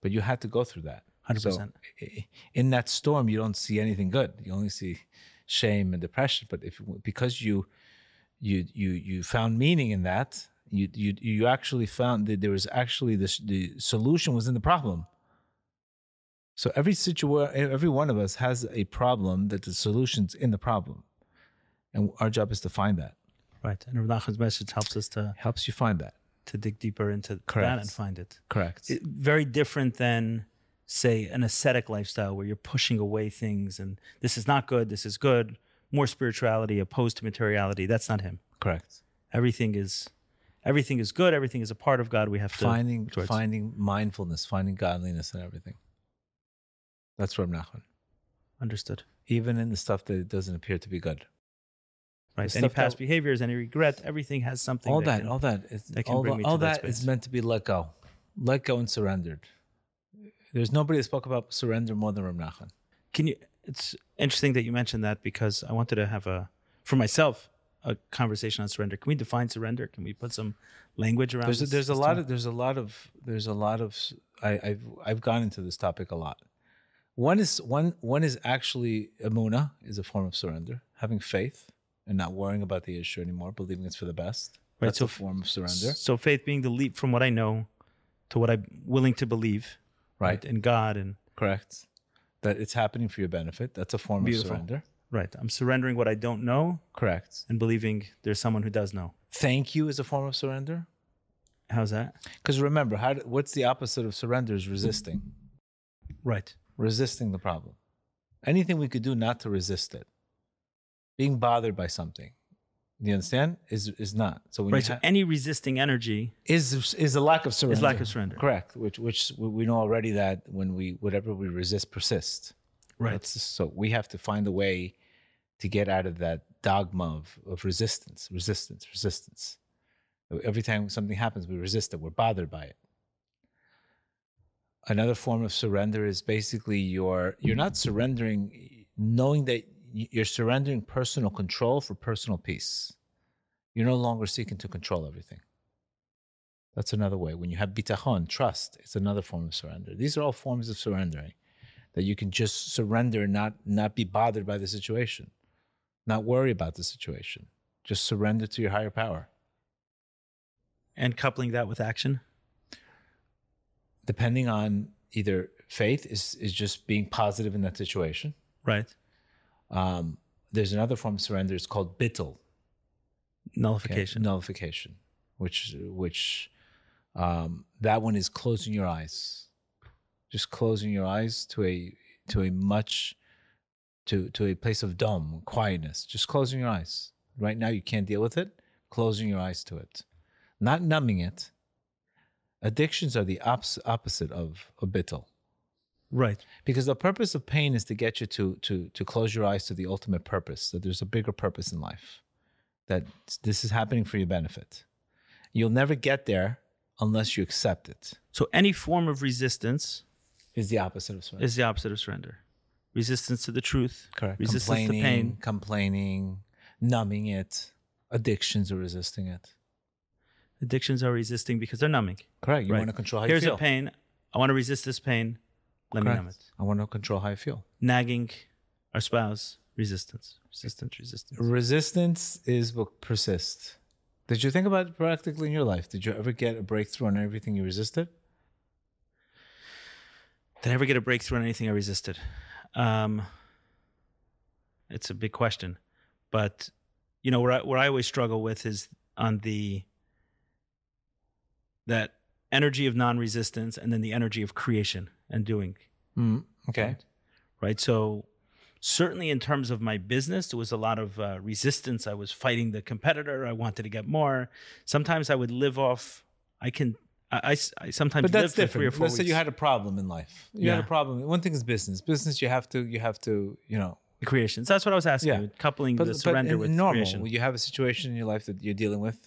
Speaker 2: But you had to go through that.
Speaker 1: 100%.
Speaker 2: So, i- in that storm, you don't see anything good. You only see shame and depression. But if because you you you you found meaning in that, you you you actually found that there was actually this the solution was in the problem. So every situa- every one of us has a problem that the solution's in the problem, and our job is to find that.
Speaker 1: Right. And Rav Nachman's message helps us to,
Speaker 2: Helps you find that.
Speaker 1: to dig deeper into that
Speaker 2: Correct.
Speaker 1: and find it.
Speaker 2: Correct.
Speaker 1: It- Very different than, say, an ascetic lifestyle where you're pushing away things and this is not good, this is good. More spirituality opposed to materiality. That's not him.
Speaker 2: Correct.
Speaker 1: Everything is. Everything is good. Everything is a part of God. We have to
Speaker 2: Finding
Speaker 1: towards-
Speaker 2: finding mindfulness, finding godliness, and everything. That's Reb Nachman.
Speaker 1: understood.
Speaker 2: Even in the stuff that doesn't appear to be good.
Speaker 1: Right.
Speaker 2: The
Speaker 1: Any
Speaker 2: stuff that-
Speaker 1: past behaviors, any regret, everything has something.
Speaker 2: all
Speaker 1: that
Speaker 2: that,
Speaker 1: can-
Speaker 2: all that is
Speaker 1: that can
Speaker 2: all,
Speaker 1: bring
Speaker 2: the-
Speaker 1: me
Speaker 2: all
Speaker 1: to that
Speaker 2: that is
Speaker 1: space.
Speaker 2: meant to be let go let go and surrendered there's nobody that spoke about surrender more than Ram Nachman.
Speaker 1: Can you? It's interesting that you mentioned that because I wanted to have a, for myself, a conversation on surrender. Can we define surrender? Can we put some language around?
Speaker 2: there's a,
Speaker 1: this-
Speaker 2: there's a
Speaker 1: this
Speaker 2: lot
Speaker 1: term?
Speaker 2: of there's a lot of there's a lot of I, I've I've gone into this topic a lot. One is one one is actually emuna is a form of surrender, having faith and not worrying about the issue anymore, believing it's for the best.
Speaker 1: Right,
Speaker 2: That's
Speaker 1: so
Speaker 2: a form of surrender,
Speaker 1: So faith being the leap from what I know to what I'm willing to believe.
Speaker 2: right?
Speaker 1: In God and
Speaker 2: Correct. That it's happening for your benefit. That's a form
Speaker 1: Beautiful.
Speaker 2: of surrender.
Speaker 1: right. I'm surrendering what I don't know
Speaker 2: Correct.
Speaker 1: and believing there's someone who does know.
Speaker 2: Thank you is a form of surrender.
Speaker 1: How's that?
Speaker 2: Because remember, how, do- what's the opposite of surrender is resisting.
Speaker 1: Right.
Speaker 2: Resisting the problem. Anything we could do not to resist it. Being bothered by something. Do you understand? Is is not. So when
Speaker 1: Right. So
Speaker 2: you ha-
Speaker 1: any resisting energy,
Speaker 2: is is a lack of surrender.
Speaker 1: Is lack of surrender.
Speaker 2: Correct. Which which we- we know already that when we whatever we resist persists.
Speaker 1: right?
Speaker 2: That's- so we have to find a way to get out of that dogma of, of resistance, resistance, resistance. Every time something happens, we resist it. We're bothered by it. Another form of surrender is basically you're you're not surrendering, knowing that y- you're surrendering personal control for personal peace. You're no longer seeking to control everything. That's another way. When you have bitachon, trust, it's another form of surrender. These are all forms of surrendering that you can just surrender and not not be bothered by the situation not worry about the situation just surrender to your higher power
Speaker 1: And coupling that with action.
Speaker 2: depending on either faith is is just being positive in that situation
Speaker 1: Right.
Speaker 2: um, there's another form of surrender it's called bittel okay?
Speaker 1: Nullification.
Speaker 2: nullification which which um, that one is closing your eyes just closing your eyes to a to a much to to a place of dumb quietness just closing your eyes right now you can't deal with it closing your eyes to it not numbing it Addictions are the ops- opposite of a bittel.
Speaker 1: Right.
Speaker 2: Because the purpose of pain is to get you to to to close your eyes to the ultimate purpose, that there's a bigger purpose in life. That this is happening for your benefit. You'll never get there unless you accept it.
Speaker 1: So any form of resistance
Speaker 2: Is the opposite of surrender.
Speaker 1: is the opposite of surrender. Resistance to the truth.
Speaker 2: Correct.
Speaker 1: Resistance to
Speaker 2: complaining,
Speaker 1: pain.
Speaker 2: complaining, numbing it. Addictions are resisting it.
Speaker 1: Addictions are resisting because they're numbing.
Speaker 2: Correct. You
Speaker 1: Right.
Speaker 2: want to control how
Speaker 1: Here's
Speaker 2: you feel.
Speaker 1: a pain. I want to resist this pain. Let me
Speaker 2: Correct.
Speaker 1: numb it.
Speaker 2: I want to control how I feel.
Speaker 1: Nagging our spouse. Resistance. Resistance. Resistance.
Speaker 2: Resistance is what persists. Did you think about it practically in your life? Did you ever get a breakthrough on everything you resisted?
Speaker 1: Did I ever get a breakthrough on anything I resisted? Um, it's a big question, but you know where I, where I always struggle with is on the that energy of non-resistance and then the energy of creation and doing.
Speaker 2: Mm, okay.
Speaker 1: right? So certainly in terms of my business, there was a lot of uh, resistance. I was fighting the competitor. I wanted to get more. Sometimes I would live off. I can. I, I s- I sometimes
Speaker 2: But that's
Speaker 1: live for three or
Speaker 2: different.
Speaker 1: four
Speaker 2: Let's say
Speaker 1: weeks.
Speaker 2: you had a problem in life. You had
Speaker 1: Yeah.
Speaker 2: a problem. One thing is business. Business, you have to, you have to, you know.
Speaker 1: creations. That's what I was asking.
Speaker 2: Yeah.
Speaker 1: you, Coupling
Speaker 2: But,
Speaker 1: the
Speaker 2: but
Speaker 1: surrender
Speaker 2: in
Speaker 1: with
Speaker 2: normal,
Speaker 1: creation.
Speaker 2: when you have a situation in your life that you're dealing with,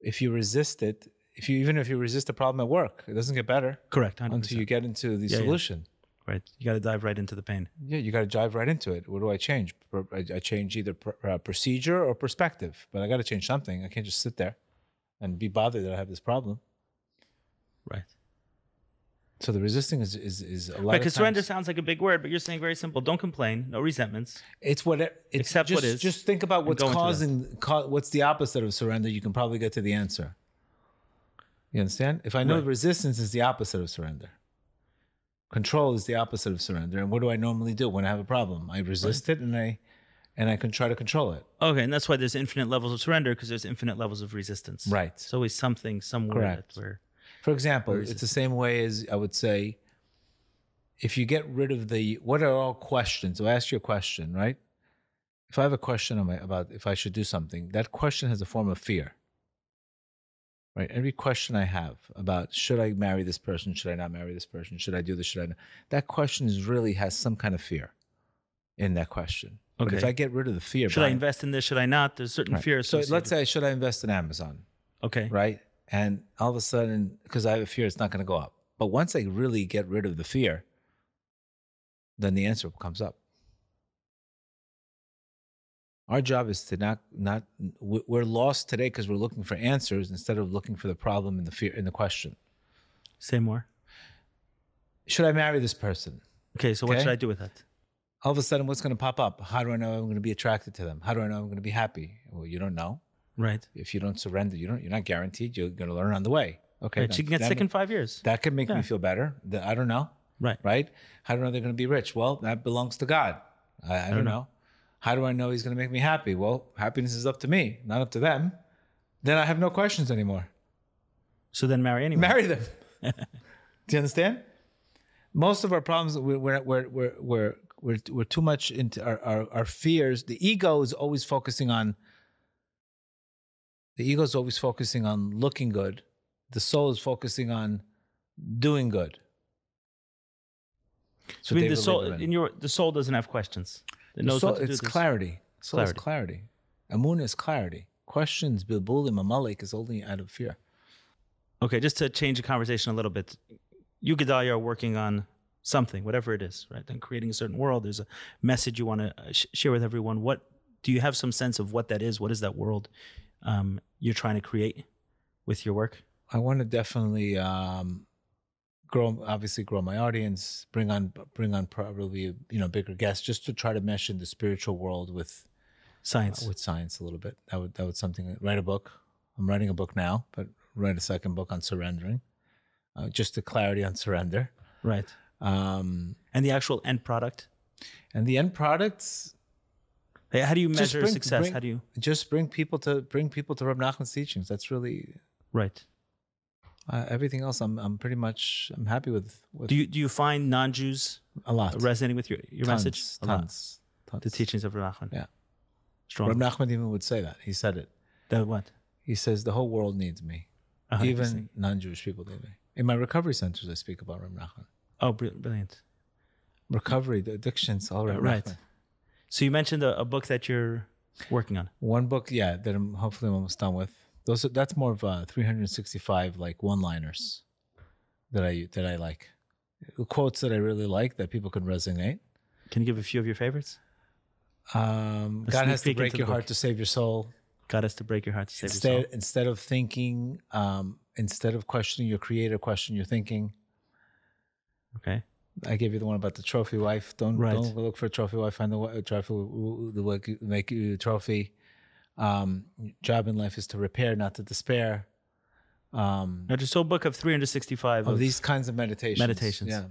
Speaker 2: if you resist it, if you even if you resist a problem at work, it doesn't get better
Speaker 1: Correct. 100%.
Speaker 2: until you get into the
Speaker 1: Yeah, yeah.
Speaker 2: solution.
Speaker 1: right. You got to dive right into the pain.
Speaker 2: yeah, you got to dive right into it. What do I change? Per- I I change either pr- uh, procedure or perspective, but I got to change something. I can't just sit there and be bothered that I have this problem.
Speaker 1: Right.
Speaker 2: So the resisting is is, is a lot.
Speaker 1: Right.
Speaker 2: of
Speaker 1: Because surrender
Speaker 2: times-
Speaker 1: sounds like a big word, but you're saying very simple. Don't complain. No resentments.
Speaker 2: it's what it, it's
Speaker 1: Accept
Speaker 2: just,
Speaker 1: what is
Speaker 2: Just think about
Speaker 1: and
Speaker 2: what's
Speaker 1: go into that.
Speaker 2: causing ca- what's the opposite of surrender. You can probably get to the answer. You understand? If I know
Speaker 1: Right.
Speaker 2: resistance is the opposite of surrender, control is the opposite of surrender. And what do I normally do when I have a problem? I resist it and I and I can try to control it.
Speaker 1: Okay, and that's why there's infinite levels of surrender because there's infinite levels of resistance.
Speaker 2: Right.
Speaker 1: It's always something somewhere
Speaker 2: Correct.
Speaker 1: that we're
Speaker 2: For example,
Speaker 1: Or
Speaker 2: it's the same way as I would say, if you get rid of the what are all questions? So I ask you a question, right? If I have a question on my, about if I should do something, that question has a form of fear. Right? Every question I have about should I marry this person? Should I not marry this person? Should I do this? Should I not? That question is really has some kind of fear in that question. But if
Speaker 1: Okay.
Speaker 2: I get rid of the fear,
Speaker 1: Should I
Speaker 2: by-
Speaker 1: invest in this? Should I not? There's certain
Speaker 2: Right.
Speaker 1: fears.
Speaker 2: So let's say, should I invest in Amazon?
Speaker 1: okay,
Speaker 2: right? And all of a sudden, because I have a fear, it's not going to go up. But once I really get rid of the fear, then the answer comes up. Our job is to not not we- we're lost today because we're looking for answers instead of looking for the problem and the fear and the question.
Speaker 1: say more.
Speaker 2: Should I marry this person?
Speaker 1: Okay, so what should
Speaker 2: Okay.
Speaker 1: I do with that?
Speaker 2: All of a sudden, what's going to pop up? How do I know I'm going to be attracted to them? How do I know I'm going to be happy? Well, you don't know.
Speaker 1: Right.
Speaker 2: If you don't surrender, you don't. You're not guaranteed. You're going to learn on the way. Okay,
Speaker 1: right.
Speaker 2: then
Speaker 1: She can get
Speaker 2: that
Speaker 1: sick
Speaker 2: ma-
Speaker 1: in five years.
Speaker 2: that could make
Speaker 1: Yeah.
Speaker 2: me feel better. That- I don't know.
Speaker 1: right.
Speaker 2: right? How do I know they're going to be rich? Well, that belongs to God. I, I, don't know. How do I know He's going to make me happy? Well, happiness is up to me, not up to them. Then I have no questions anymore.
Speaker 1: So then marry anyone.
Speaker 2: Marry them. do you understand? Most of our problems, we're, we're, we're, we're, we're, we're, we're too much into our, our, our fears. The ego is always focusing on, the ego is always focusing on looking good. The soul is focusing on doing good.
Speaker 1: so I mean, the
Speaker 2: David
Speaker 1: soul
Speaker 2: Lieberman.
Speaker 1: in your the soul doesn't have questions. It knows
Speaker 2: Soul-
Speaker 1: what to do.
Speaker 2: it's
Speaker 1: There's-
Speaker 2: clarity. Soul
Speaker 1: Clarity.
Speaker 2: is clarity. Amun is clarity. Questions, bilbulim, amalek is only out of fear.
Speaker 1: Okay, just to change the conversation a little bit, you Gedalia are working on something, whatever it is, right? And creating a certain world. There's a message you want to sh- share with everyone. What do you have some sense of what that is? What is that world um, you're trying to create with your work?
Speaker 2: I want to definitely um, grow, obviously grow my audience, bring on, bring on probably you know bigger guests, just to try to mesh in the spiritual world with
Speaker 1: Science.
Speaker 2: with science a little bit. That would that would something. Write a book. I'm writing a book now, but write a second book on surrendering, uh, just the clarity on surrender.
Speaker 1: right.
Speaker 2: Um,
Speaker 1: And the actual end product.
Speaker 2: and the end products
Speaker 1: Hey, How do you
Speaker 2: Just
Speaker 1: measure
Speaker 2: bring-
Speaker 1: success?
Speaker 2: bring-
Speaker 1: How do you
Speaker 2: just bring people to bring people to Reb Nachman's teachings. That's really
Speaker 1: right?
Speaker 2: uh, everything else. I'm I'm pretty much I'm happy with, with
Speaker 1: Do you do you find non-Jews
Speaker 2: a lot.
Speaker 1: resonating with your, your
Speaker 2: Tons,
Speaker 1: message? A lot.
Speaker 2: tons, tons.
Speaker 1: The teachings of Rav Nachman.
Speaker 2: Yeah.
Speaker 1: Strong.
Speaker 2: Reb Nachman even would say that. He said it.
Speaker 1: That what?
Speaker 2: He says the whole world needs me.
Speaker 1: A hundred percent.
Speaker 2: even non-Jewish people do that. In my recovery centers, I speak about Reb Nachman.
Speaker 1: oh, br- brilliant.
Speaker 2: Recovery, the addictions, all Reb
Speaker 1: Right.
Speaker 2: Nachman.
Speaker 1: So you mentioned a, a book that you're working on.
Speaker 2: One book, yeah, that I'm hopefully I'm almost done with. Those are, that's more of uh 365 like one-liners that I that I like, quotes that I really like that people can resonate.
Speaker 1: Can you give a few of your favorites?
Speaker 2: Um,
Speaker 1: A
Speaker 2: God
Speaker 1: sneak
Speaker 2: has to
Speaker 1: peek
Speaker 2: break
Speaker 1: into
Speaker 2: your
Speaker 1: the
Speaker 2: heart
Speaker 1: book.
Speaker 2: to save your soul.
Speaker 1: Got us to break your heart to save your
Speaker 2: instead
Speaker 1: soul.
Speaker 2: instead of thinking, um, instead of questioning your creator, question your thinking.
Speaker 1: Okay.
Speaker 2: I gave you the one about the trophy wife. Don't
Speaker 1: Right.
Speaker 2: don't look for a trophy wife. Find the wi- trophy the work you- make you a trophy. Um, job in life is to repair, not to despair. Um,
Speaker 1: Now, just a whole book of 365
Speaker 2: of these kinds of meditations.
Speaker 1: Meditations.
Speaker 2: Yeah.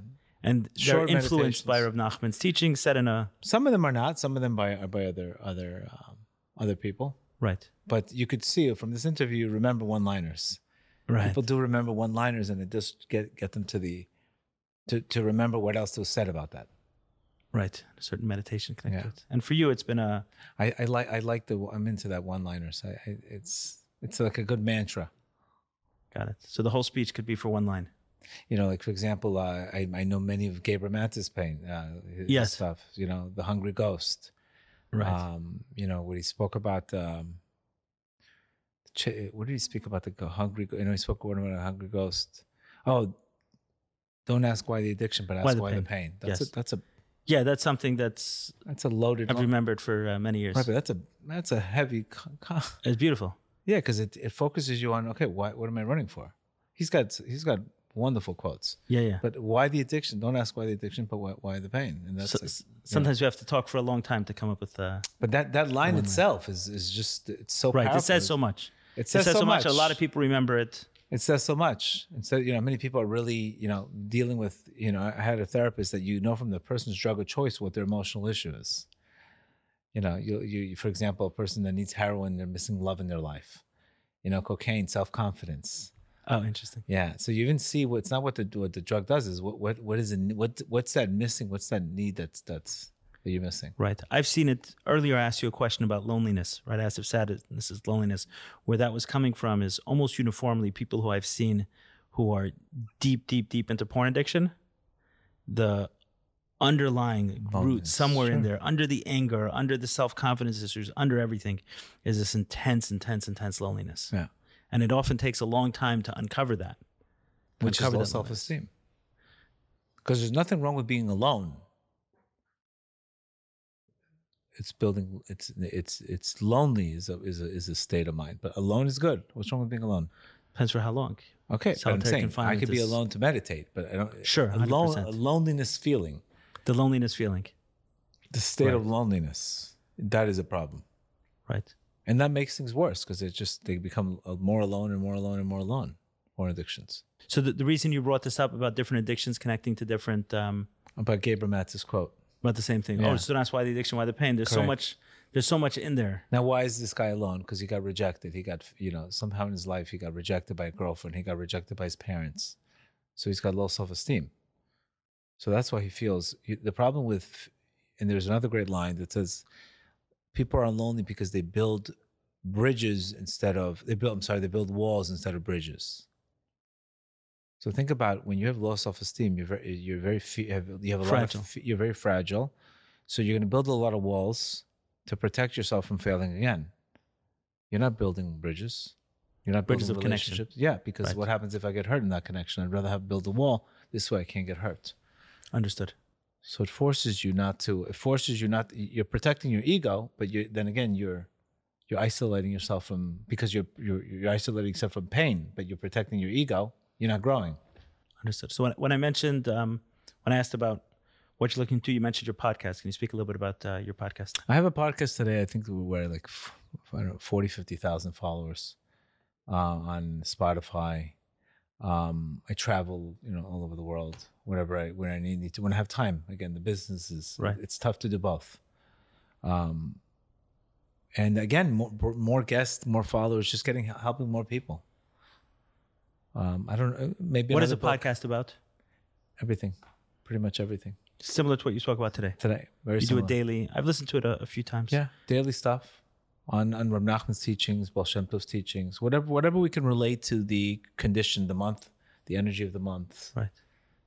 Speaker 1: and they're
Speaker 2: short
Speaker 1: influenced by Rav
Speaker 2: meditations.
Speaker 1: Nachman's teachings, set in a
Speaker 2: Some of them are not. Some of them by are by other other um, other people.
Speaker 1: right,
Speaker 2: But you could see from this interview. Remember one liners.
Speaker 1: right,
Speaker 2: People do remember one liners, and it does get get them to the to to remember what else was said about that.
Speaker 1: right. A certain meditation connected.
Speaker 2: Yeah.
Speaker 1: And for you, it's been a
Speaker 2: I, I like I like the I'm into that one liners. I, I it's it's like a good mantra.
Speaker 1: got it. So the whole speech could be for one line.
Speaker 2: You know, like for example, uh, I I know many of Gabriel Matis' pain uh, his
Speaker 1: Yes.
Speaker 2: stuff. You know, the Hungry Ghost. Um, you know what he spoke about. Um, ch- what did he speak about the go- hungry? go- You know, he spoke about a hungry ghost. Oh, don't ask why the addiction, but ask why,
Speaker 1: the
Speaker 2: the
Speaker 1: pain.
Speaker 2: pain. That's
Speaker 1: Yes.
Speaker 2: a, that's a
Speaker 1: yeah, that's something that's
Speaker 2: that's a loaded.
Speaker 1: I've
Speaker 2: line.
Speaker 1: remembered for uh, many years.
Speaker 2: Right, but that's a that's a heavy. Con- con-
Speaker 1: It's beautiful.
Speaker 2: Yeah, because it, it focuses you on okay, why, what am I running for? He's got he's got wonderful quotes,
Speaker 1: Yeah, yeah.
Speaker 2: but why the addiction? Don't ask why the addiction, but why, why the pain? And that's
Speaker 1: So-
Speaker 2: like,
Speaker 1: s- sometimes we have to talk for a long time to come up with uh,
Speaker 2: but that that line itself is is just it's so
Speaker 1: right.
Speaker 2: Powerful.
Speaker 1: It says so much.
Speaker 2: It says, so much.
Speaker 1: A lot of people remember it.
Speaker 2: It says so much. It says you know many people are really you know dealing with you know I had a therapist that you know from the person's drug of choice what their emotional issue is. You know, you you for example, a person that needs heroin, they're missing love in their life. You know, cocaine, self confidence.
Speaker 1: Oh, interesting.
Speaker 2: Yeah. So you even see what's not what the what the drug does is what what what is it what what's that missing? What's that need that's that's that you're missing?
Speaker 1: Right. I've seen it earlier. I asked you a question about loneliness, right? I asked if sadness is loneliness. Where that was coming from is almost uniformly people who I've seen who are deep, deep, deep into porn addiction, the underlying root
Speaker 2: Loneliness,
Speaker 1: somewhere in
Speaker 2: sure.
Speaker 1: there, under the anger, under the self confidence issues, under everything, is this intense, intense, intense loneliness.
Speaker 2: Yeah.
Speaker 1: And it often takes a long time to uncover that.
Speaker 2: Which is
Speaker 1: Uncover
Speaker 2: low
Speaker 1: that
Speaker 2: self esteem. Because there's nothing wrong with being alone. It's building. It's it's it's lonely is a is a is a state of mind. But alone is good. What's wrong with being alone?
Speaker 1: Depends for how long.
Speaker 2: Okay, but I'm
Speaker 1: Solitary
Speaker 2: saying I
Speaker 1: confinement
Speaker 2: could be
Speaker 1: is-
Speaker 2: alone to meditate, but I don't.
Speaker 1: Sure,
Speaker 2: a, lone,
Speaker 1: 100%.
Speaker 2: a loneliness feeling,
Speaker 1: The loneliness feeling,
Speaker 2: the state of loneliness, that is a problem.
Speaker 1: right?
Speaker 2: and that makes things worse because it just they become uh, more alone and more alone and more alone more addictions
Speaker 1: So the, the reason you brought this up about different addictions connecting to different um,
Speaker 2: about gabriel matz's quote
Speaker 1: about the same thing.
Speaker 2: Yeah.
Speaker 1: Oh, so that's why the addiction, why the pain. There's so
Speaker 2: Correct.
Speaker 1: much. There's so much in there.
Speaker 2: now why is this guy alone because he got rejected he got you know somehow in his life he got rejected by a girlfriend he got rejected by his parents so he's got low self-esteem so that's why he feels he- the problem with and there's another great line that says people are lonely because they build bridges instead of they build i'm sorry they build walls instead of bridges so think about when you have low self-esteem you're very you're very fe- you have, you have a
Speaker 1: Fragile.
Speaker 2: lot of fe- you're very fragile so you're going to build a lot of walls to protect yourself from failing again you're not building bridges you're not
Speaker 1: Bridges
Speaker 2: building
Speaker 1: of connection.
Speaker 2: relationships yeah because
Speaker 1: Right.
Speaker 2: what happens if i get hurt in that connection i'd rather have build a wall this way i can't get hurt
Speaker 1: Understood.
Speaker 2: so it forces you not to. It forces you not. You're protecting your ego, but you then again you're you're isolating yourself from because you're you're, you're isolating yourself from pain, but you're protecting your ego. You're not growing.
Speaker 1: Understood. So when, when I mentioned um, when I asked about what you're looking to, you mentioned your podcast. Can you speak a little bit about uh, your podcast?
Speaker 2: I have a podcast today. I think we're like f- I don't know 40, 50,000 followers uh, on Spotify. Um, I travel, you know, all over the world whenever I when I need to when I have time. Again, the business is
Speaker 1: Right.
Speaker 2: It's tough to do both. Um, and again, more, more guests, more followers, just getting helping more people. Um, I don't know. Maybe
Speaker 1: what is a
Speaker 2: another book.
Speaker 1: podcast about?
Speaker 2: Everything, pretty much everything
Speaker 1: Similar to what you spoke about today.
Speaker 2: today. Very
Speaker 1: You do
Speaker 2: similar.
Speaker 1: it daily. I've listened to it a, a few times.
Speaker 2: Yeah, daily stuff. on on Rab Nachman's teachings, Baal Shem Tov's teachings, whatever whatever we can relate to the condition, the month, the energy of the month.
Speaker 1: Right.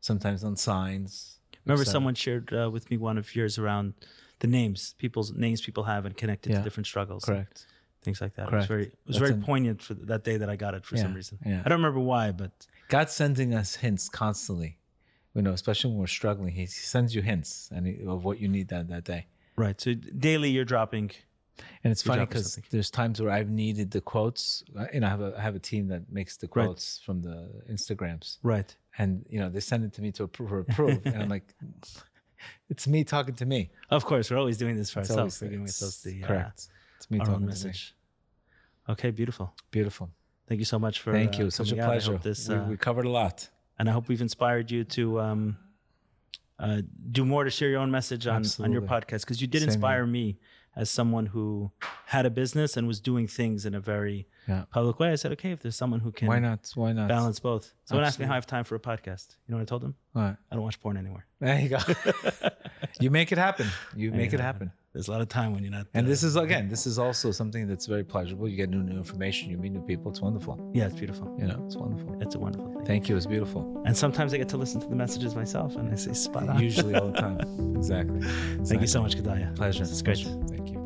Speaker 2: Sometimes on signs.
Speaker 1: Remember,
Speaker 2: So-
Speaker 1: someone shared uh, with me one of yours around the names, people's names people have, and connected
Speaker 2: Yeah.
Speaker 1: to different struggles, and
Speaker 2: Correct.
Speaker 1: things like that.
Speaker 2: Correct.
Speaker 1: It was very, it was
Speaker 2: That's
Speaker 1: very
Speaker 2: an-
Speaker 1: poignant for that day that I got it for some
Speaker 2: Yeah,
Speaker 1: reason.
Speaker 2: yeah.
Speaker 1: I don't remember why, but
Speaker 2: God's sending us hints constantly. You know, especially when we're struggling, He sends you hints and he- of what you need that that day.
Speaker 1: right. So daily, you're dropping.
Speaker 2: And it's
Speaker 1: Good
Speaker 2: funny
Speaker 1: job or
Speaker 2: because
Speaker 1: something.
Speaker 2: there's times where I've needed the quotes. uh, You know, I have a I have a team that makes the
Speaker 1: Right.
Speaker 2: quotes from the Instagrams,
Speaker 1: Right.
Speaker 2: and you know they send it to me to approve, for approve and I'm like, it's me talking to me.
Speaker 1: Of course, we're always doing this for
Speaker 2: It's
Speaker 1: ourselves.
Speaker 2: always-
Speaker 1: We're giving
Speaker 2: it's
Speaker 1: ourselves the uh,
Speaker 2: correct. It's me
Speaker 1: our
Speaker 2: talking
Speaker 1: own
Speaker 2: to
Speaker 1: message. Okay, beautiful.
Speaker 2: me. Beautiful.
Speaker 1: Thank you so much for.
Speaker 2: Thank
Speaker 1: uh,
Speaker 2: you. Such a
Speaker 1: coming out. I hope
Speaker 2: pleasure.
Speaker 1: this,
Speaker 2: we,
Speaker 1: uh,
Speaker 2: we covered a lot.
Speaker 1: and I hope we've inspired you to um, uh, do more to share your own message on, on your
Speaker 2: Absolutely.
Speaker 1: podcast because you did
Speaker 2: Same
Speaker 1: inspire me as someone who had a business and was doing things in a very
Speaker 2: Yeah.
Speaker 1: public way. I said, okay, if there's someone who can
Speaker 2: Why not? Why not?
Speaker 1: balance both, someone asked me how
Speaker 2: Absolutely.
Speaker 1: I have time for a podcast. You know what I told them?
Speaker 2: All right.
Speaker 1: I don't watch porn anymore.
Speaker 2: There you go. you make it happen. You make it
Speaker 1: Yeah.
Speaker 2: happen.
Speaker 1: There's a lot of time when you're not.
Speaker 2: And
Speaker 1: uh,
Speaker 2: this is again, this is also something that's very pleasurable. You get new new information. You meet new people. It's wonderful.
Speaker 1: yeah, it's beautiful.
Speaker 2: You know, it's wonderful.
Speaker 1: It's a wonderful thing.
Speaker 2: Thank you. It's beautiful.
Speaker 1: and sometimes I get to listen to the messages myself, and I say, spot on.
Speaker 2: Usually all the time. Exactly.
Speaker 1: Thank you so much, Kadaya.
Speaker 2: Pleasure.
Speaker 1: It's great.
Speaker 2: Thank you.